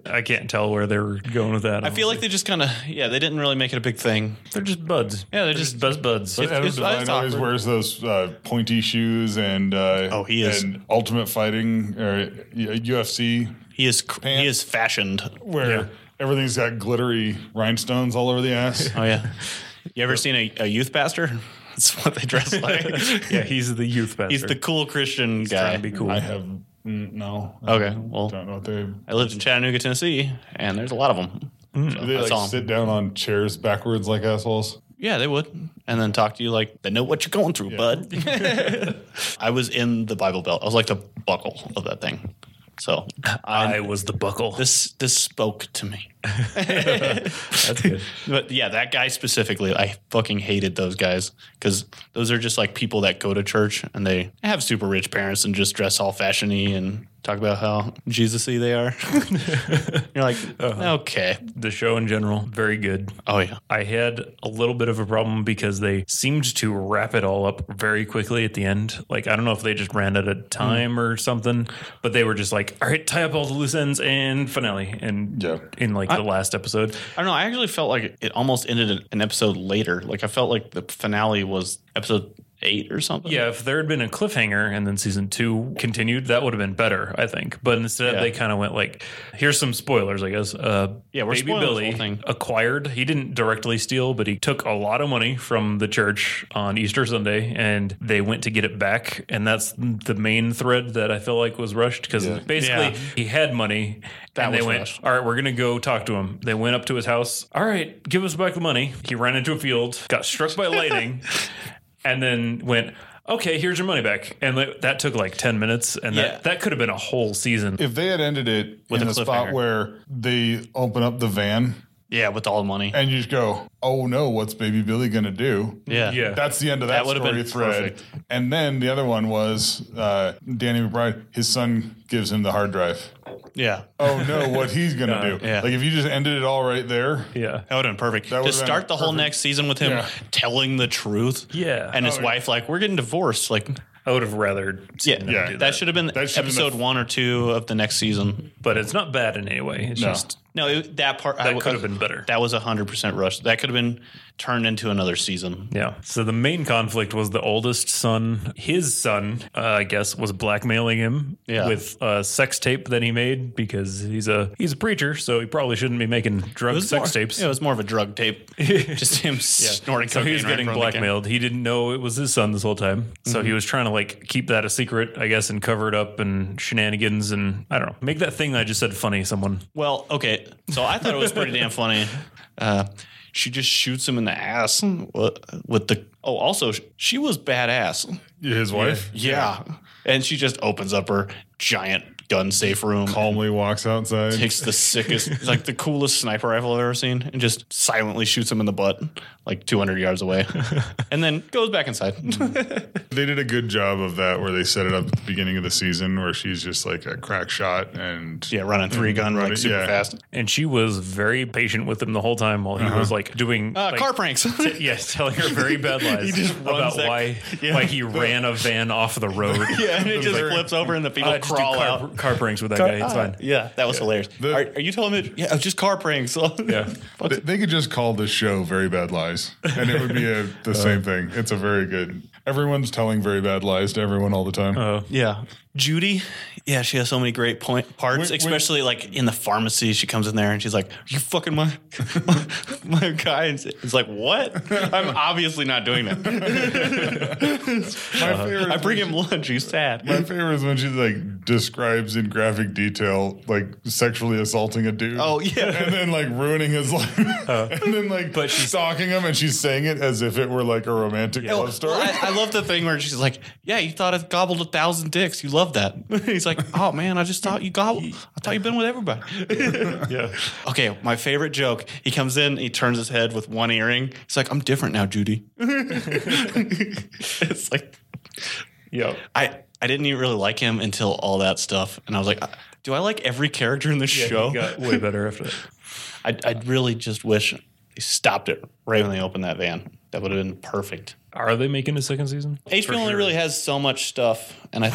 I can't tell where they were going with that. I feel like they just kind of, yeah, they didn't really make it a big thing. they're just buds. Yeah, they're just- best buds. But- Adam It's- Devine it's always awkward. wears those uh, pointy shoes and uh, Oh, he is- and ultimate fighting or uh, UFC He is cr- he Pants. is fashioned. where Yeah. everything's got glittery rhinestones all over the ass. <laughs> Oh yeah, you ever seen a, a youth pastor? <laughs> That's what they dress like. <laughs> yeah, he's the youth pastor. <laughs> he's the cool Christian trying guy. to be cool. I have mm, no. I Okay, Hmm. well, don't know what they. I lived in Chattanooga, Tennessee, and there's a lot of them. Do they I like saw 'em. sit down on chairs backwards like assholes? Yeah, they would. And then talk to you like they know what you're going through, bud. <laughs> I was in the Bible Belt. I was like the buckle of that thing. So I, I was the buckle. this this spoke to me. That's good. But yeah, that guy specifically, I fucking hated those guys because those are just like people that go to church and they have super rich parents and just dress all fashiony and talk about how Jesus-y they are. <laughs> you're like, okay, <laughs> The show in general, very good. oh yeah, I had a little bit of a problem because they seemed to wrap it all up very quickly at the end. Like, I don't know if they just ran out of time or something, but they were just like, all right, tie up all the loose ends and finale. And Yeah. in like the last episode, I don't know. I actually felt like it almost ended an- an episode later. Like I felt like the finale was episode eight or something. Yeah, if there had been a cliffhanger and then season two continued, that would have been better, I think. But instead, Yeah. they kind of went like, "Here's some spoilers, I guess." Uh, Yeah, we're baby spoiling this Billy whole thing. acquired. He didn't directly steal, but he took a lot of money from the church on Easter Sunday, and they went to get it back. And that's the main thread that I feel like was rushed because Yeah. basically Yeah. he had money. That and they was went, rushed. all right, we're going to go talk to him. They went up to his house. All right, give us back the money. He ran into a field, got struck by <laughs> lightning, and then went, okay, here's your money back. And li- that took like 10 minutes. And Yeah. that, that could have been a whole season. If they had ended it With in a the spot cliffhanger. where they open up the van yeah, with all the money. and you just go, "Oh no, what's Baby Billy gonna do?" Yeah, Yeah. That's the end of that, That would've story been thread. perfect. And then the other one was uh, Danny McBride. His son gives him the hard drive. yeah. Oh no, <laughs> what he's gonna do? yeah. Like if you just ended it all right there, yeah. That would have been perfect. would've To been start the whole perfect. next season with him Yeah. telling the truth. Yeah. And his Oh, yeah. wife, like, we're getting divorced. Like, I would have rather yeah, seen them Yeah. do that, that. should have been That should've been episode the- one or two of the next season. But it's not bad in any way. It's No. just No, it, that part I that w- could have been better. That was hundred percent rushed. That could have been turned into another season. Yeah. So the main conflict was the oldest son. His son, uh, I guess, was blackmailing him Yeah. with a sex tape that he made because he's a he's a preacher, so he probably shouldn't be making drug was sex more- tapes. Yeah, it was more of a drug tape. Just him snorting So he cocaine was right getting in front of the Mm-hmm. camera. blackmailed. He didn't know it was his son this whole time. So he was trying to like keep that a secret, I guess, and cover it up and shenanigans and I don't know. Make that thing I just said funny, someone. Well, okay. So I thought it was pretty <laughs> damn funny. Uh, she just shoots him in the ass with with the. Oh, also, she was badass. his wife. Yeah. And she just opens up her giant gun safe room. Calmly walks outside. Takes <laughs> the sickest, like the coolest sniper rifle I've ever seen, and just silently shoots him in the butt, like 200 yards <laughs> away, and then goes back inside. They did a good job of that where they set it up at the beginning of the season where she's just like a crack shot and yeah, running Mm-hmm. three gun, Running, like super yeah. fast. And she was very patient with him the whole time while he was like doing Uh, like, car pranks. <laughs> Yeah, telling her very <laughs> bad lies He just runs about that- why Yeah. why he ran a van off the road. <laughs> <laughs> yeah, and it just flips over and the people I just do crawl car, out. car pranks with that guy. It's Ah, fine. <laughs> Yeah, that was hilarious. The- are, are you telling me? Yeah, it was just car pranks. <laughs> Yeah. They, they could just call this show Very Bad Lies and it would be <laughs> a, Uh-huh. the same thing. It's a very good. Everyone's telling very bad lies to everyone all the time. Yeah. Judy, yeah, she has so many great point parts, When- especially like in the pharmacy. She comes in there and she's like, "You fucking my <laughs> my, my guy," and it's like, "What? I'm obviously not doing that. my, favorite Uh-huh. I is bring when him lunch. He's sad." she- my favorite is when she like describes in graphic detail like sexually assaulting a dude. Oh yeah, <laughs> and then like ruining his life, <laughs> and then like But she's- stalking him, and she's saying it as if it were like a romantic Oh. love story. Well, I, I love the thing where she's like, "Yeah, you thought I gobbled a thousand dicks. You love that." <laughs> He's like, "Oh man, I just thought you gobbled. I thought you've been with everybody." Yeah. Okay, my favorite joke. He comes in, he turns his head with one earring. He's like, "I'm different now, Judy." <laughs> it's like Yeah. I I didn't even really like him until all that stuff, and I was like, "Do I like every character in this Yeah, show?" He got way better after that. I I really just wish they stopped it right when they opened that van. That would have been perfect. Are they making a second season? HBO only really has so much stuff, <laughs> and I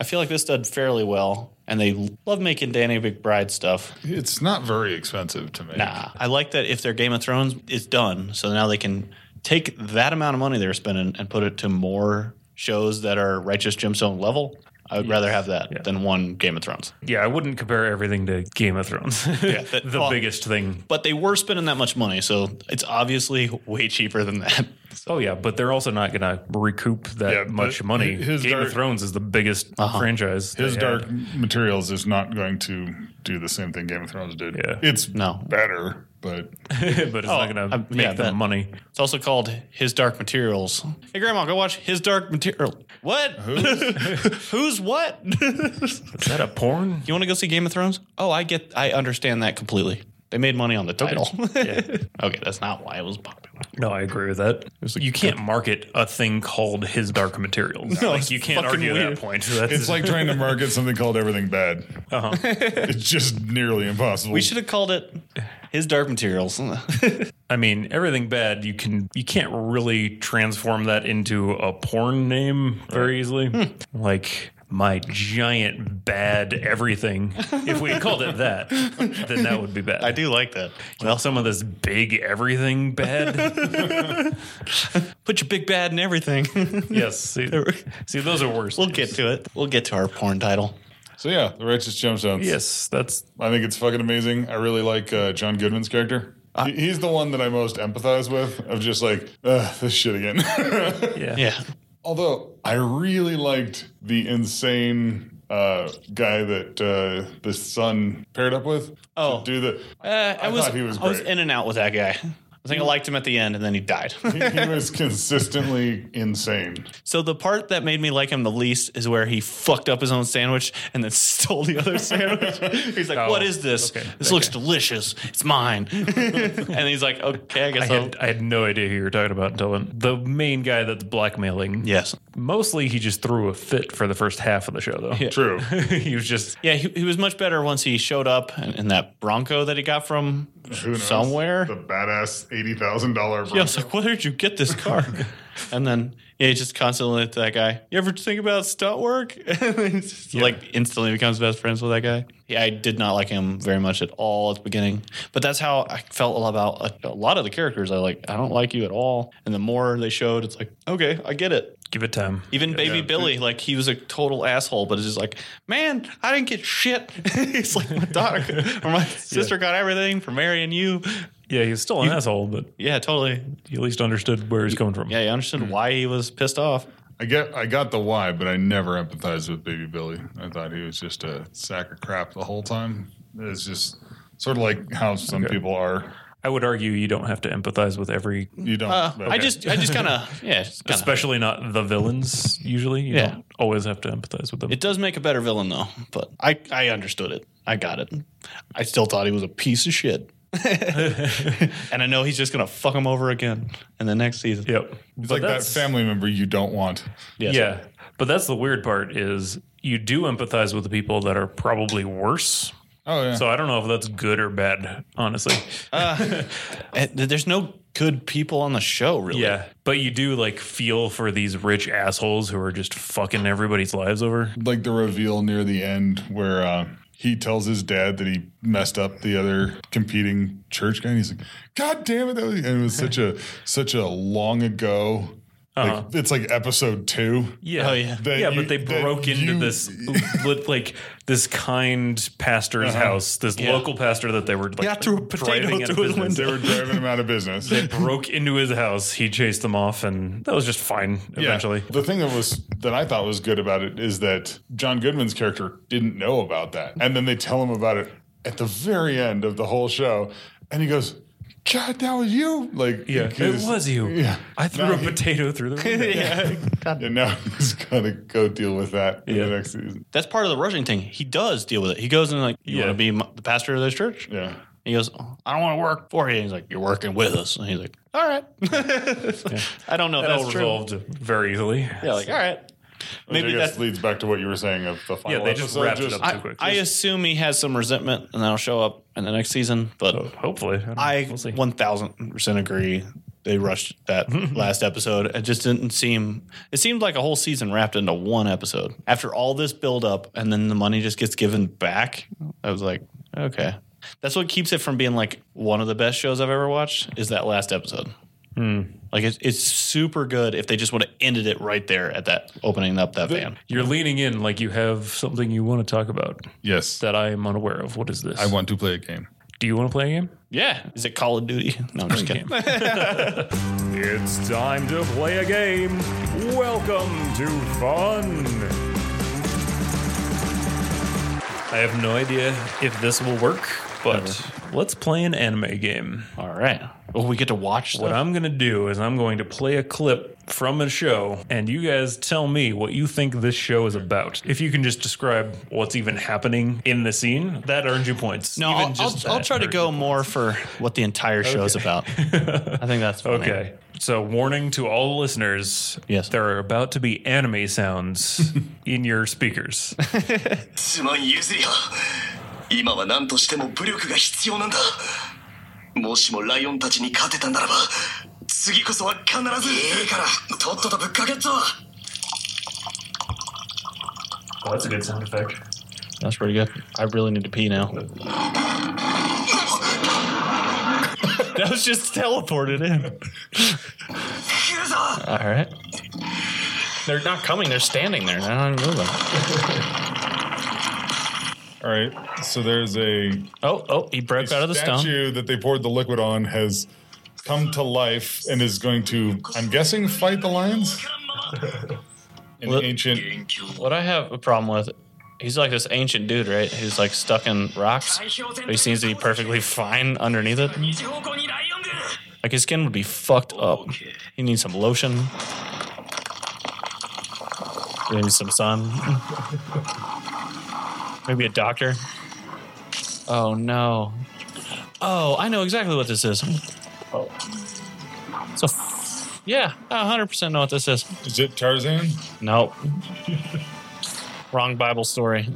I feel like this did fairly well, and they love making Danny McBride stuff. It's not very expensive to me. Nah, I like that if their Game of Thrones is done, so now they can take that amount of money they were spending and put it to more shows that are Righteous Gemstone level. I would rather have that than one Game <laughs> of Thrones. Yeah, I wouldn't compare everything to Game of Thrones. <laughs> that- the well- biggest thing. But they were spending that much money, so it's obviously way cheaper than that. <laughs> Oh yeah, but they're also not going to recoup that Yeah, but much money. his Game dark- of Thrones is the biggest Uh-huh. franchise. they His had. Dark Materials is not going to do the same thing Game of Thrones did. Yeah. It's No. better, but but it's Oh, not going to I'm- make yeah, them that- money. It's also called His Dark Materials. Hey, Grandma, go watch His Dark Material. What? <laughs> Who's what? <laughs> you Is that a porn? want to go see Game of Thrones? Oh, I get, I understand that completely. They made money on the title. <laughs> okay, that's not why it was popular. No, I agree with that. You can't market a thing called his dark materials. No, like it's you can't fucking argue weird. that point. <laughs> That's <laughs> it's like trying to market something called Everything Bad. it's just nearly impossible. We should have called it His Dark Materials. I mean, everything bad. You can you can't really transform that into a porn name very easily. Hmm. Like my giant bad <laughs> everything. if we called it that, then that would be bad. <laughs> I do like that. Well, some of this big everything <laughs> bad. Put your big bad in everything. yes. See, see, those are worse. <laughs> we'll get to it. We'll get to our porn title. so yeah, The Righteous Gemstones. Yes, that's I think it's fucking amazing. I really like uh, John Goodman's character. He- He's the one that I most empathize with. Of just like Ugh, this shit again. <laughs> yeah. Yeah. Although I really liked the insane uh, guy that uh, the son paired up with. to Oh. do the Uh, I, I was, thought he was I was great. in and out with that guy. I think I liked him at the end, and then he died. he, he was consistently insane. so the part that made me like him the least is where he fucked up his own sandwich and then <laughs> stole the other sandwich. he's like, Oh, "What is this? okay. This looks delicious. It's mine." <laughs> and he's like, "Okay, I guess I I'll." had, I had no idea who you were talking about until then. the main guy that's blackmailing. Yes. Mostly he just threw a fit for the first half of the show, though. <laughs> True. he was just Yeah, he, he was much better once he showed up in, in that Bronco that he got from Who knows? somewhere. the badass eighty thousand dollar. Yeah, I was like, where did you get this car? <laughs> and then yeah, he just constantly looked at that guy. You ever think about stunt work? <laughs> And then he's just, Like instantly becomes best friends with that guy. Yeah, I did not like him very much at all at the beginning. But that's how I felt all about a, a lot of the characters. I like, I don't like you at all. And the more they showed, it's like, okay, I get it. give it time. Even baby yeah. Billy, like he was a total asshole, but it's just like, man, I didn't get shit. <laughs> He's like <laughs> my daughter or my sister got everything for marrying you. Yeah, he was still an asshole, but Yeah, totally. he at least understood where he's coming from. Yeah, I understood why he was pissed off. I get, I got the why, but I never empathized with Baby Billy. I thought he was just a sack of crap the whole time. It's just sort of like how some people are. I would argue you don't have to empathize with every, You don't. Uh, but- I just, I just kind <laughs> of, yeah, just kinda- especially not the villains. Usually, you Yeah. don't always have to empathize with them. It does make a better villain though, but I, I understood it. I got it. I still thought he was a piece of <laughs> shit. and I know he's just gonna fuck him over again in the next season. yep, It's like that family member you don't want. Yes. Yeah, but that's the weird part is you do empathize with the people that are probably worse. Oh Hmm. yeah. So I don't know if that's good or bad, honestly. And Eh, th- There's no good people on the show, really. <laughs> Yeah, but you do like feel for these rich assholes who are just fucking everybody's lives over. like the reveal near the end where uh, he tells his dad that he messed up the other competing church guy. And he's like, "God damn it!" That was, and it was such <laughs> a such a long ago. Like, it's like episode two. Uh-huh. Yeah, Oh, yeah. That yeah, you- but they that broke into you- <laughs> this li- like this kind pastor's Uh-huh. house, this local pastor that they were like Yeah, threw a potato driving out of through his business. <laughs> They were driving him out of business. broke into his house. He chased them off, and that was just fine. Eventually, The thing that was that I thought was good about it is that John Goodman's character didn't know about that. And then they tell him about it at the very end of the whole show. And he goes, God, that was you. Like yeah, it because- was you. Yeah. I threw No, <laughs> a he- potato through the window. And now he's gotta go deal with that in Yeah. the next season. That's part of the rushing thing. He does deal with it. He goes and like, you Yeah. want to be m- the pastor of this church? Yeah. He goes, "Oh, I don't want to work for you. He's like, you're working with us. And he's like, all right. <laughs> I don't know if That all that's true. resolved very easily. Yeah, like, ah. all right. Which Maybe I guess that's leads back to what you were saying of the final Yeah, they just episode, wrapped it up too I, quick. I assume he has some resentment and that'll show up in the next season. But Hopefully, don't know. I We'll see. one thousand percent agree. They rushed <laughs> that last episode. It just didn't seem. It seemed like a whole season wrapped into one episode. After all this build up, and then the money just gets given back. I was like, okay, that's what keeps it from being like one of the best shows I've ever watched. Is that last episode? Hmm. Like it's, it's super good. If they just would have ended it right there at that opening up that van. You're leaning in like you have something you want to talk about Yes. that I am unaware of. What is this? I want to play a game. Do you want to play a game? Yeah, is it Call of Duty? No, I'm just kidding. It's time to play a game. Welcome to fun. I have no idea if this will work, but let's play an anime game. all right. Well, we get to watch. What Stuff. I'm going to do is I'm going to play a clip from a show, and you guys tell me what you think this show is about. If you can just describe what's even happening in the scene, that earns you points. No, Even I'll, I'll, just I'll that try to earns go you- more for what the entire show's <laughs> about. I think that's funny. Okay. So, warning to all listeners. Yes. There are about to be anime <laughs> sounds in your speakers. すまんゆずりや今は何としても武力が必要なんだもしもライオンたちに勝てたならば次こそは必ずいいからとっととぶっかけっぞ Well, that's a good sound effect. That's pretty good. I really need to pee now. that was just teleported in. 来るぞ All right. They're not coming. They're standing there. They're not even moving. All right. So there's a Oh, oh, he broke out of the stone. statue that they poured the liquid on has come to life and is going to, I'm guessing, fight the lions. An Well- ancient. 元気を What I have a problem with, he's like this ancient dude, right? Who's like stuck in rocks. But he seems to be perfectly fine underneath it. 二次方向にライオンが Like his skin would be fucked up. He needs some lotion. He needs some sun. <laughs> Maybe a doctor. Oh no. Oh, I know exactly what this is. Oh. So, yeah, I 100% know what this is. Is it Tarzan? Nope. Wrong Bible story.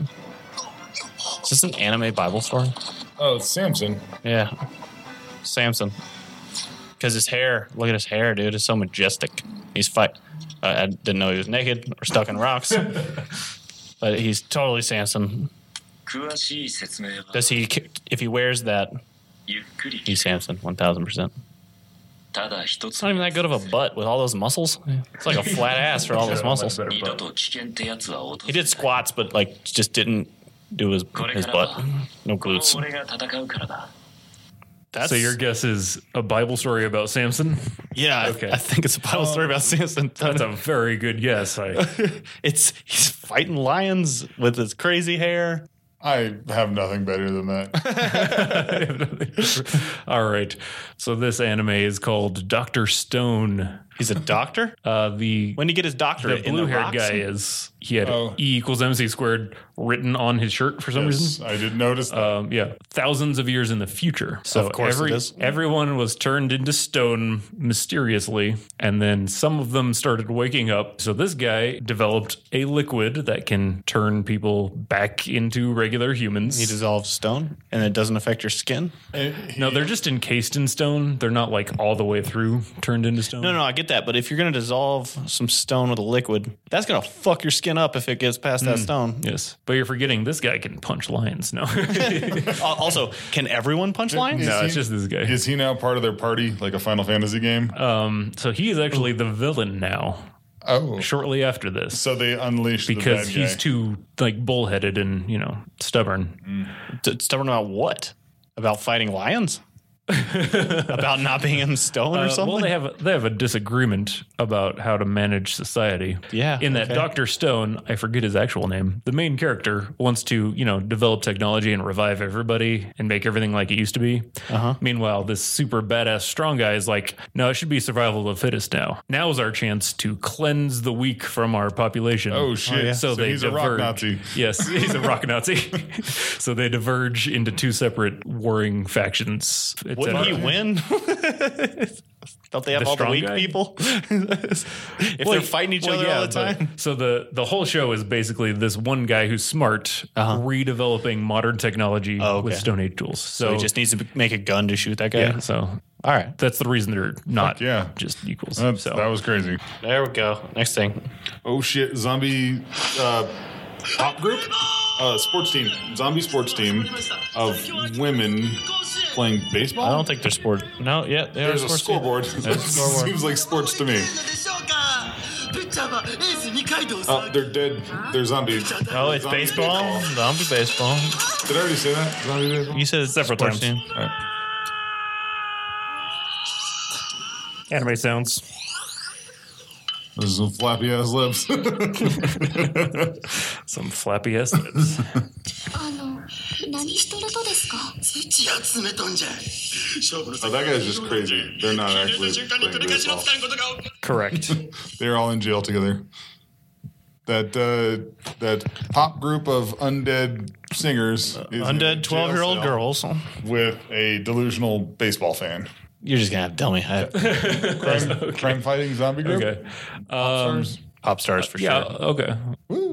Is this an anime Bible story? Oh, it's Samson. Yeah. Samson. Because his hair, look at his hair, dude. It's so majestic. He's fight. uh, I I didn't know he was naked or stuck <laughs> in rocks, but he's totally Samson. 詳しい説明は Does he? If he wears that, ゆっくり he's Samson, one thousand percent. ただ一つ It's not even that good of a butt with all those muscles. It's like a flat ass for all those muscles. 二度と危険ってやつは訪 He れない did squats, but like just didn't do his his butt. No この glutes. 俺が戦うからだ That's So your guess is a Bible story about Samson? yeah. okay. Um, I, I think it's a Bible story about Samson. That's a very good guess. I, <laughs> it's he's fighting lions with his crazy hair. I have nothing better than <laughs> that. <laughs> All right. So this anime is called Doctor Stone. He's a doctor. <laughs> Uh, the When did he get his the doctorate? in blue haired rocks? guy is he had Oh. E equals MC squared written on his shirt for some reason. I did notice that. um, yeah, thousands of years in the future. So Of course every, it is. everyone was turned into stone mysteriously, and then some of them started waking up. So this guy developed a liquid that can turn people back into regular humans. He dissolves stone, and it doesn't affect your skin. And he- no, they're just encased in stone. They're not like all the way through turned into stone. No, no, I get that. But if you're gonna dissolve some stone with a liquid, that's gonna fuck your skin up if it gets past Mm. that <laughs> stone. Yes, but you're forgetting this guy can punch lions. <laughs> No, <laughs> no, Al- Also, can everyone punch lines? No. Uh, it's just Uh, this guy. is he now part of their party, like a Final Fantasy game? so he is actually the villain now. oh, Shortly after this, so they unleashed because the bad he's guy. too like bullheaded and you know stubborn. T- Stubborn about what? About fighting <laughs> lions? about not being in stone or Uh, something? well, they have a, they have a disagreement about how to manage society. Yeah, In that okay. Doctor Stone, I forget his actual name, the main character wants to you know develop technology and revive everybody and make everything like it used to be. Uh-huh. Meanwhile, this super badass strong guy is like, no, it should be survival of the fittest now. Now is our chance to cleanse the weak from our population. Oh, shit. Oh, yeah. So, So they he's a diverge. rock Nazi. <laughs> Yes, he's a rock Nazi. <laughs> so they diverge into two separate warring factions. et Wouldn't cetera. he win? <laughs> Don't they have The all the strong weak guy? <laughs> people? if Well, they're fighting each well, other yeah, all the but- time. <laughs> So the the whole show is basically this one guy who's smart redeveloping modern technology Uh-huh. Oh, okay. with Stone Age tools. So, So he just needs to make a gun to shoot that guy. yeah, so All right. that's the reason they're not Fuck yeah. just equals. That's- so That was crazy. There we go. Next thing. Oh shit! Zombie uh, pop group, uh, sports team, zombie sports team of women playing baseball. I don't think they're sport. No, yeah. they are There's a sports scoreboard. <laughs> There's a scoreboard. Seems like sports to me. ピッチャーはエース二階堂さん Uh, they're dead. They're zombie. team. Oh, it's Zombie baseball. baseball. Zombie baseball. Did I already say that? Zombie baseball. You said it's Several sports times. team. anime sounds. Those are flappy ass lips. <laughs> Some flappy ass <laughs> lips. あの何してるとですか土集めとんじゃ勝負の Oh, that guy's just crazy. They're not 入れ actually た瞬間に playing 取り返しの baseball. つかぬことが起こる Correct. They're all in jail together. That uh, that pop group of undead singers, is in a Undead jail 12 year old cell girls. with a delusional baseball fan. You're just going to have to tell me. <laughs> I- <laughs> Crime, crime fighting zombie group. Okay. Pop stars for Yeah. sure. Okay.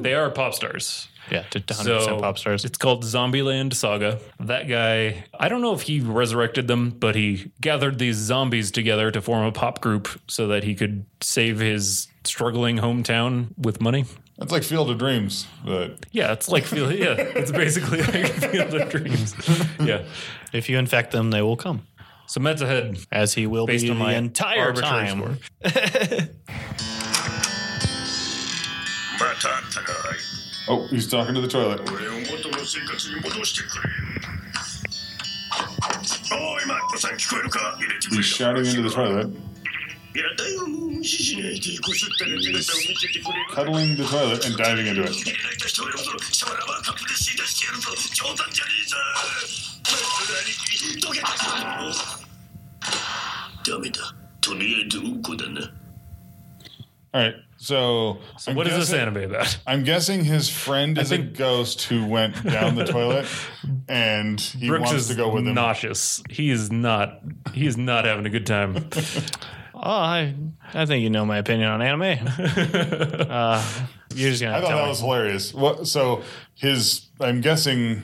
They are pop stars. Yeah. to 100% So pop stars. It's called Zombieland Saga. That guy, I don't know if he resurrected them, but he gathered these zombies together to form a pop group so that he could save his struggling hometown with money. That's like Field of Dreams, but Yeah, it's like feel yeah, it's basically <laughs> like Field of Dreams. Yeah. If you infect them, they will come. So Mets ahead. As he will Based be on the my entire arbitrary time. score. またあんたが oh, he's talking to the toilet. 俺を元の生活に戻してくれおいマッコさん聞こえるか入れてくれ He's shouting into the toilet, いやだよもう無視しないでこすったら姿を見せてくれ cuddling the toilet and diving into it. 入れた人を呼ぶぞシャワーはカップで吸い出してやるぞ冗談じゃねえぞマッコの兄貴どけたダメだとりあえずうんこだな All right, so, So what is this guessing- anime about? I'm guessing his friend is a think- ghost who went down the toilet, <laughs> and he Brooks wants is to go with him. nauseous. He is not he is not having a good time. <laughs> Oh, I, I think you know my opinion on anime. <laughs> uh, you're just going I to thought tell that me. was hilarious. What? So his, I'm guessing,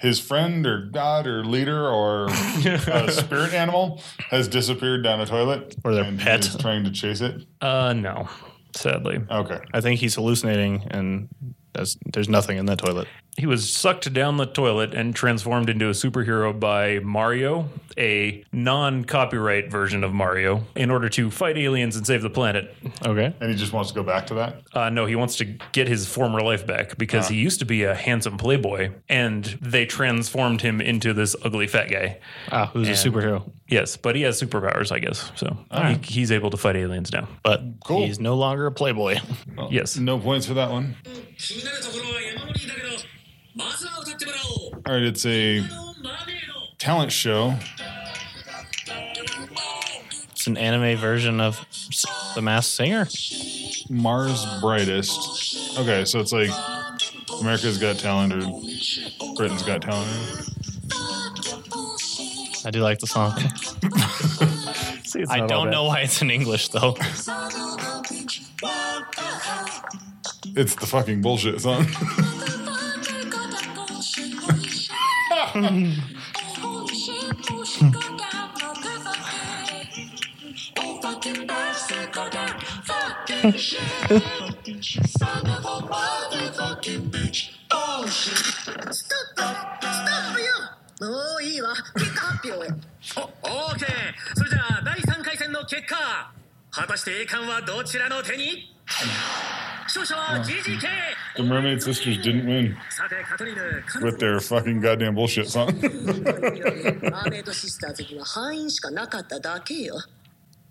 his friend or god or leader <laughs> or uh, spirit animal has disappeared down a toilet, Or their and he pet. is trying to chase it. Uh no, sadly. Okay, I think he's hallucinating, and that's, there's nothing in that toilet. He was sucked down the toilet and transformed into a superhero by Mario, a non copyright version of Mario, in order to fight aliens and save the planet. Okay. and he just wants to go back to that. Uh, no, he wants to get his former life back because he used to be a handsome playboy and they transformed him into this ugly fat guy. Ah, who's a superhero? Yes, but he has superpowers, I guess. So he, he's able to fight aliens now. But Cool. he's no longer a playboy. Yes. No points for that one. 気になるところは山盛りだけどまずは歌ってもらお All right, it's a talent show. It's an anime version of The Masked Singer. Mars Brightest. Okay, so it's like America's Got Talent or Britain's Got Talent. I do like the <laughs> song. See, it's I not all don't bad. know why it's in English though. It's the fucking bullshit song. <laughs> もういいわ結果発表へ <laughs> おオーケーそれじゃあ第3回戦の結果果たして栄冠はどちらの手に勝者は GGK the Mermaid Sisters didn't win さてカトリーヌ彼女 with their fucking goddamn bullshit song. <laughs> マーメイドシスターズには範囲しかなかっただけよ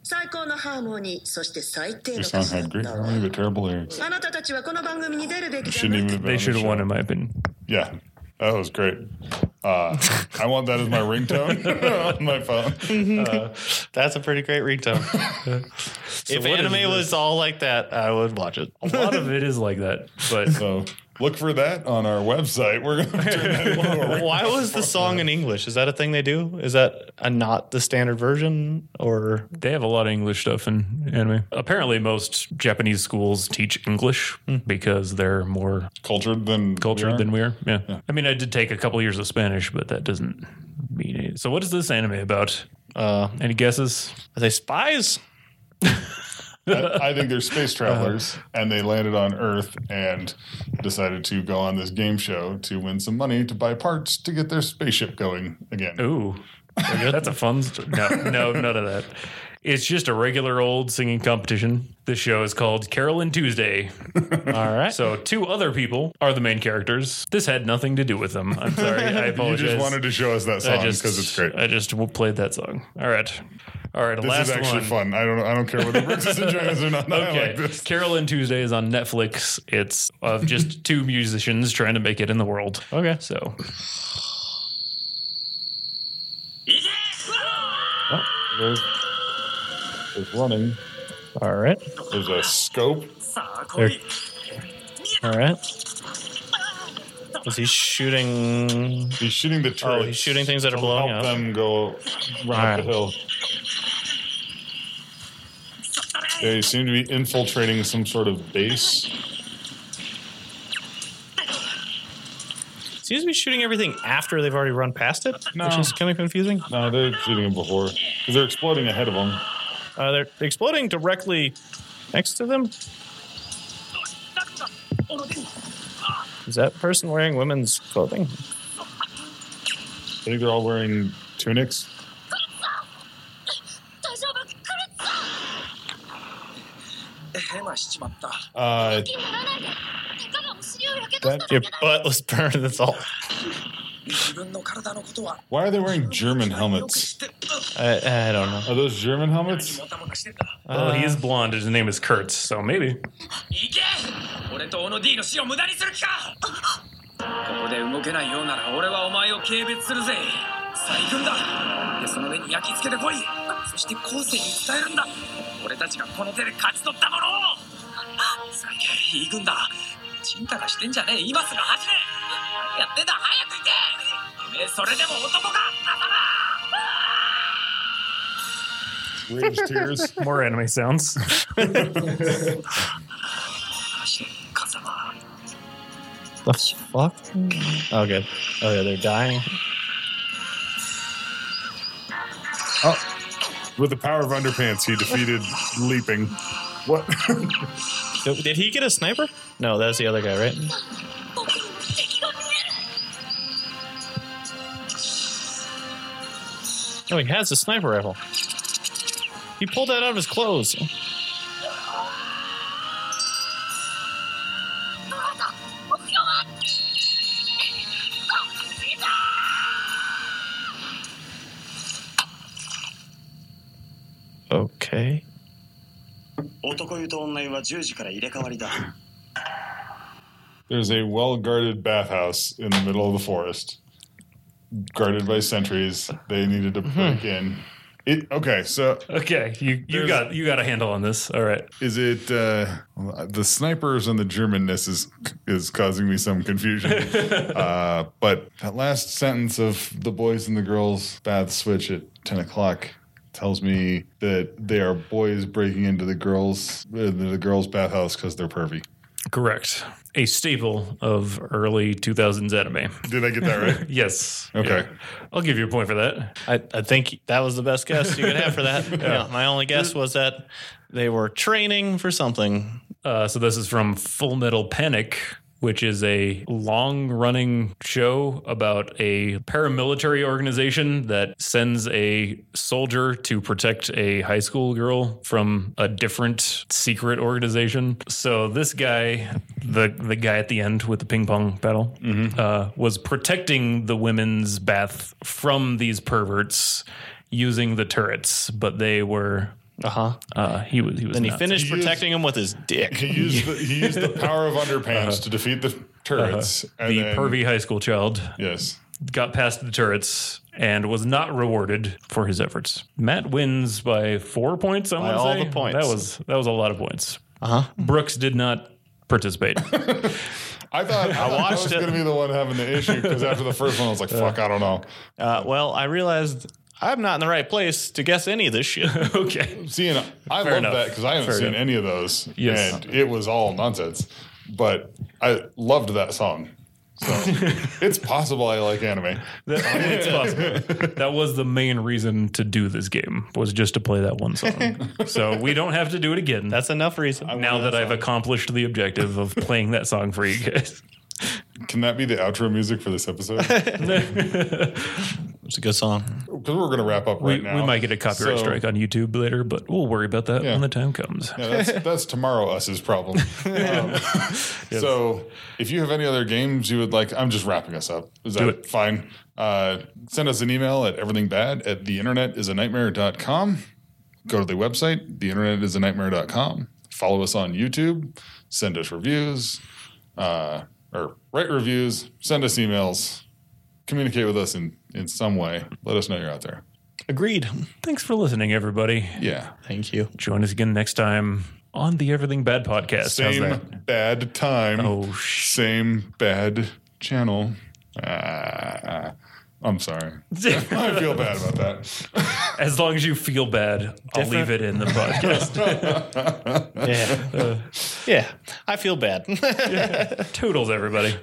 最高のハーモニーそして最低の Your 歌 song 詞だ had っ great たわ harmony but terrible lyrics. あなたたちはこの番組に出るべき It じゃ shouldn't な even have い been on They the should have show. won, in my opinion. Yeah, that was great. Uh, I want that as my ringtone <laughs> on my phone. That's a pretty great <laughs> ringtone. if what is anime was all like that, I would watch it. A lot of it is like that, but So look for that on our website. We're going to <laughs> turn that into a ringtone. <laughs> Why was the song in English? Is that a thing they do? Is that a not the standard version or they have a lot of English stuff in anime. Apparently, most Japanese schools teach English because they're more cultured than cultured we are. than Hmm. <laughs> we are. Yeah. I mean, I did take a couple years of Spanish, but that doesn't mean it. So, what is this anime about? uh, Any guesses? are they spies? I I think they're space travelers, Uh-huh. and they landed on Earth and decided to go on this game show to win some money to buy parts to get their spaceship going again. Ooh, <laughs> that's a fun. St- no, no, none of that. It's just a regular old singing competition. This show is called Carolyn <laughs> Tuesday. All right. So, two other people are the main characters. This had nothing to do with them. I'm <laughs> sorry. Oh, I You apologize. just wanted to show us that song I just because it's great. I just w- played that song. All right, all right. this last is actually one. fun. I don't. I don't care whether Brooks is enjoying this or not. I Okay, like this. Carolyn Tuesday is on Netflix. It's of <laughs> just two musicians trying to make it in the world. Okay. So There's, there's running. All right. There's a scope. All right. Is he shooting? oh, He's shooting Oh, the turret. he's shooting things that are blowing help up. them go round the Alright. hill. They seem to be infiltrating some sort of base. Seems to be shooting everything after they've already run past it, which is kind of confusing. No, they're shooting them before because they're exploding ahead of them. Uh, they're exploding directly next to them. Is that person wearing women's clothing? I think they're all wearing tunics. Uh, that, Your butt was burned. That's all. why are they wearing German helmets? I, I don't know. Are those German helmets? oh, Uh, he is blonde. His name is Kurtz. So maybe 行け俺とオノ D の死を無駄にする気かここで動けないようなら俺はお前を軽蔑するぜさあ行くんだでその目に焼き付けてこいそして後世に伝えるんだ俺たちがこの手で勝ち取ったものをさあ行け行くんだちんたらしてんじゃねえ今すぐ走れ何やってんだ早く行けてめえそれでも男か Rage tears. <laughs> more anime sounds. 走れカズマ The fuck? Oh, good. Oh, yeah, they're dying. With the power of underpants, he defeated leaping. What? Did did he get a sniper? No, that was the other guy, right? No, he has a sniper rifle. He pulled that out of his clothes. Okay. 男湯と女湯は10時から入れ替わりだ There's a well guarded bathhouse in the middle of the forest. guarded by sentries. They needed to break in. It okay. So Okay, you you There's- got you got a handle on this. All right. is it uh, the snipers and the Germanness is is causing me some <laughs> confusion. uh, but that last sentence of the boys and the girls bath switch at ten o'clock tells me that they are boys breaking into the girls uh, the girls bathhouse because they're pervy. Correct. A staple of early 2000s anime. Did I get that right? Yes. Okay. Yeah. I'll give you a point for that. I, I think that was the best guess you could have for that. <laughs> yeah. My only guess was that they were training for something. Uh, so this is from Full Metal Panic, which is a long-running show about a paramilitary organization that sends a soldier to protect a high school girl from a different secret organization. So this guy, the the guy at the end with the ping pong battle, Mm-hmm. uh, was protecting the women's bath from these perverts using the turrets, but they were. Uh huh. Uh, he was. He was. Then he nuts. finished He used- protecting him with his <laughs> dick. <laughs> He used the, he used the power of underpants to defeat the turrets. and the then- pervy high school child Yes. got past the turrets and was not rewarded for his efforts. Matt wins by four points. I want to all say the points. That was that was a lot of points. Uh-huh. Uh huh. Brooks did not <laughs> participate. I thought I, thought I watched was it. going to be the one having the issue because after the first one, I was like, "Fuck, I don't know." Uh, well, I realized I'm not in the right place to guess any of this shit. <laughs> okay. Seeing, I love enough. that because I haven't Fair seen enough. any of those, Yes. and it was all nonsense. But I loved that song, <laughs> so it's possible I like anime. That, I mean, it's possible. That was the main reason to do this game was just to play that one song. so we don't have to do it again. That's enough reason. now that I've accomplished the objective of playing that song for you guys. Can that be the outro music for this episode? <laughs> Because it's a good song. we're going to wrap <laughs> up We, right now. we might get a copyright So- strike on YouTube later, but we'll worry about that Yeah. when the time comes. Yeah, that's, that's tomorrow us's problem. Um, So, if you have any other games you would like, I'm just wrapping us up. Is that it. fine? Uh, send us an email at everythingbad at theinternetisanightmare.com. Go to the website, theinternetisanightmare.com. Follow us on YouTube. Send us reviews uh, or write reviews. Send us emails. Communicate with us in, in some way. Let us know you're out there. Agreed. Thanks for listening, everybody. Yeah. Thank you. Join us again next time on the Everything Bad podcast. How's that? Same bad time. Oh, sh- same bad channel. Ah, <laughs> I'm sorry. I feel bad about that. as long as you feel bad, I'll leave it in the podcast. Yeah. yeah. I feel bad. <laughs> Toodles, everybody.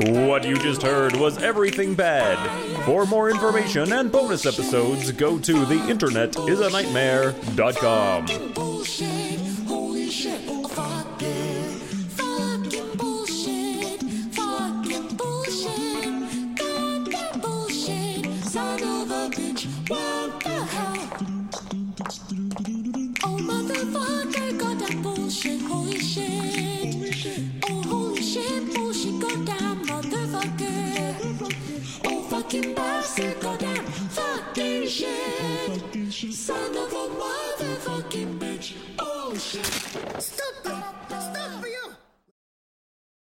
What you just heard was everything bad. For more information and bonus episodes, go to the internet is a nightmare.com. bullshit. Holy shit. Oh, fuck it. Fucking bullshit. Fucking bullshit. Goddamn bullshit. Son of a bitch. What the hell? Oh, motherfucker. Goddamn bullshit. Holy shit. Oh, holy shit. Bullshit. Goddamn motherfucker. Oh, fucking bastard. Goddamn fucking shit. Son of a motherfucking bitch. Oh shit. Stop.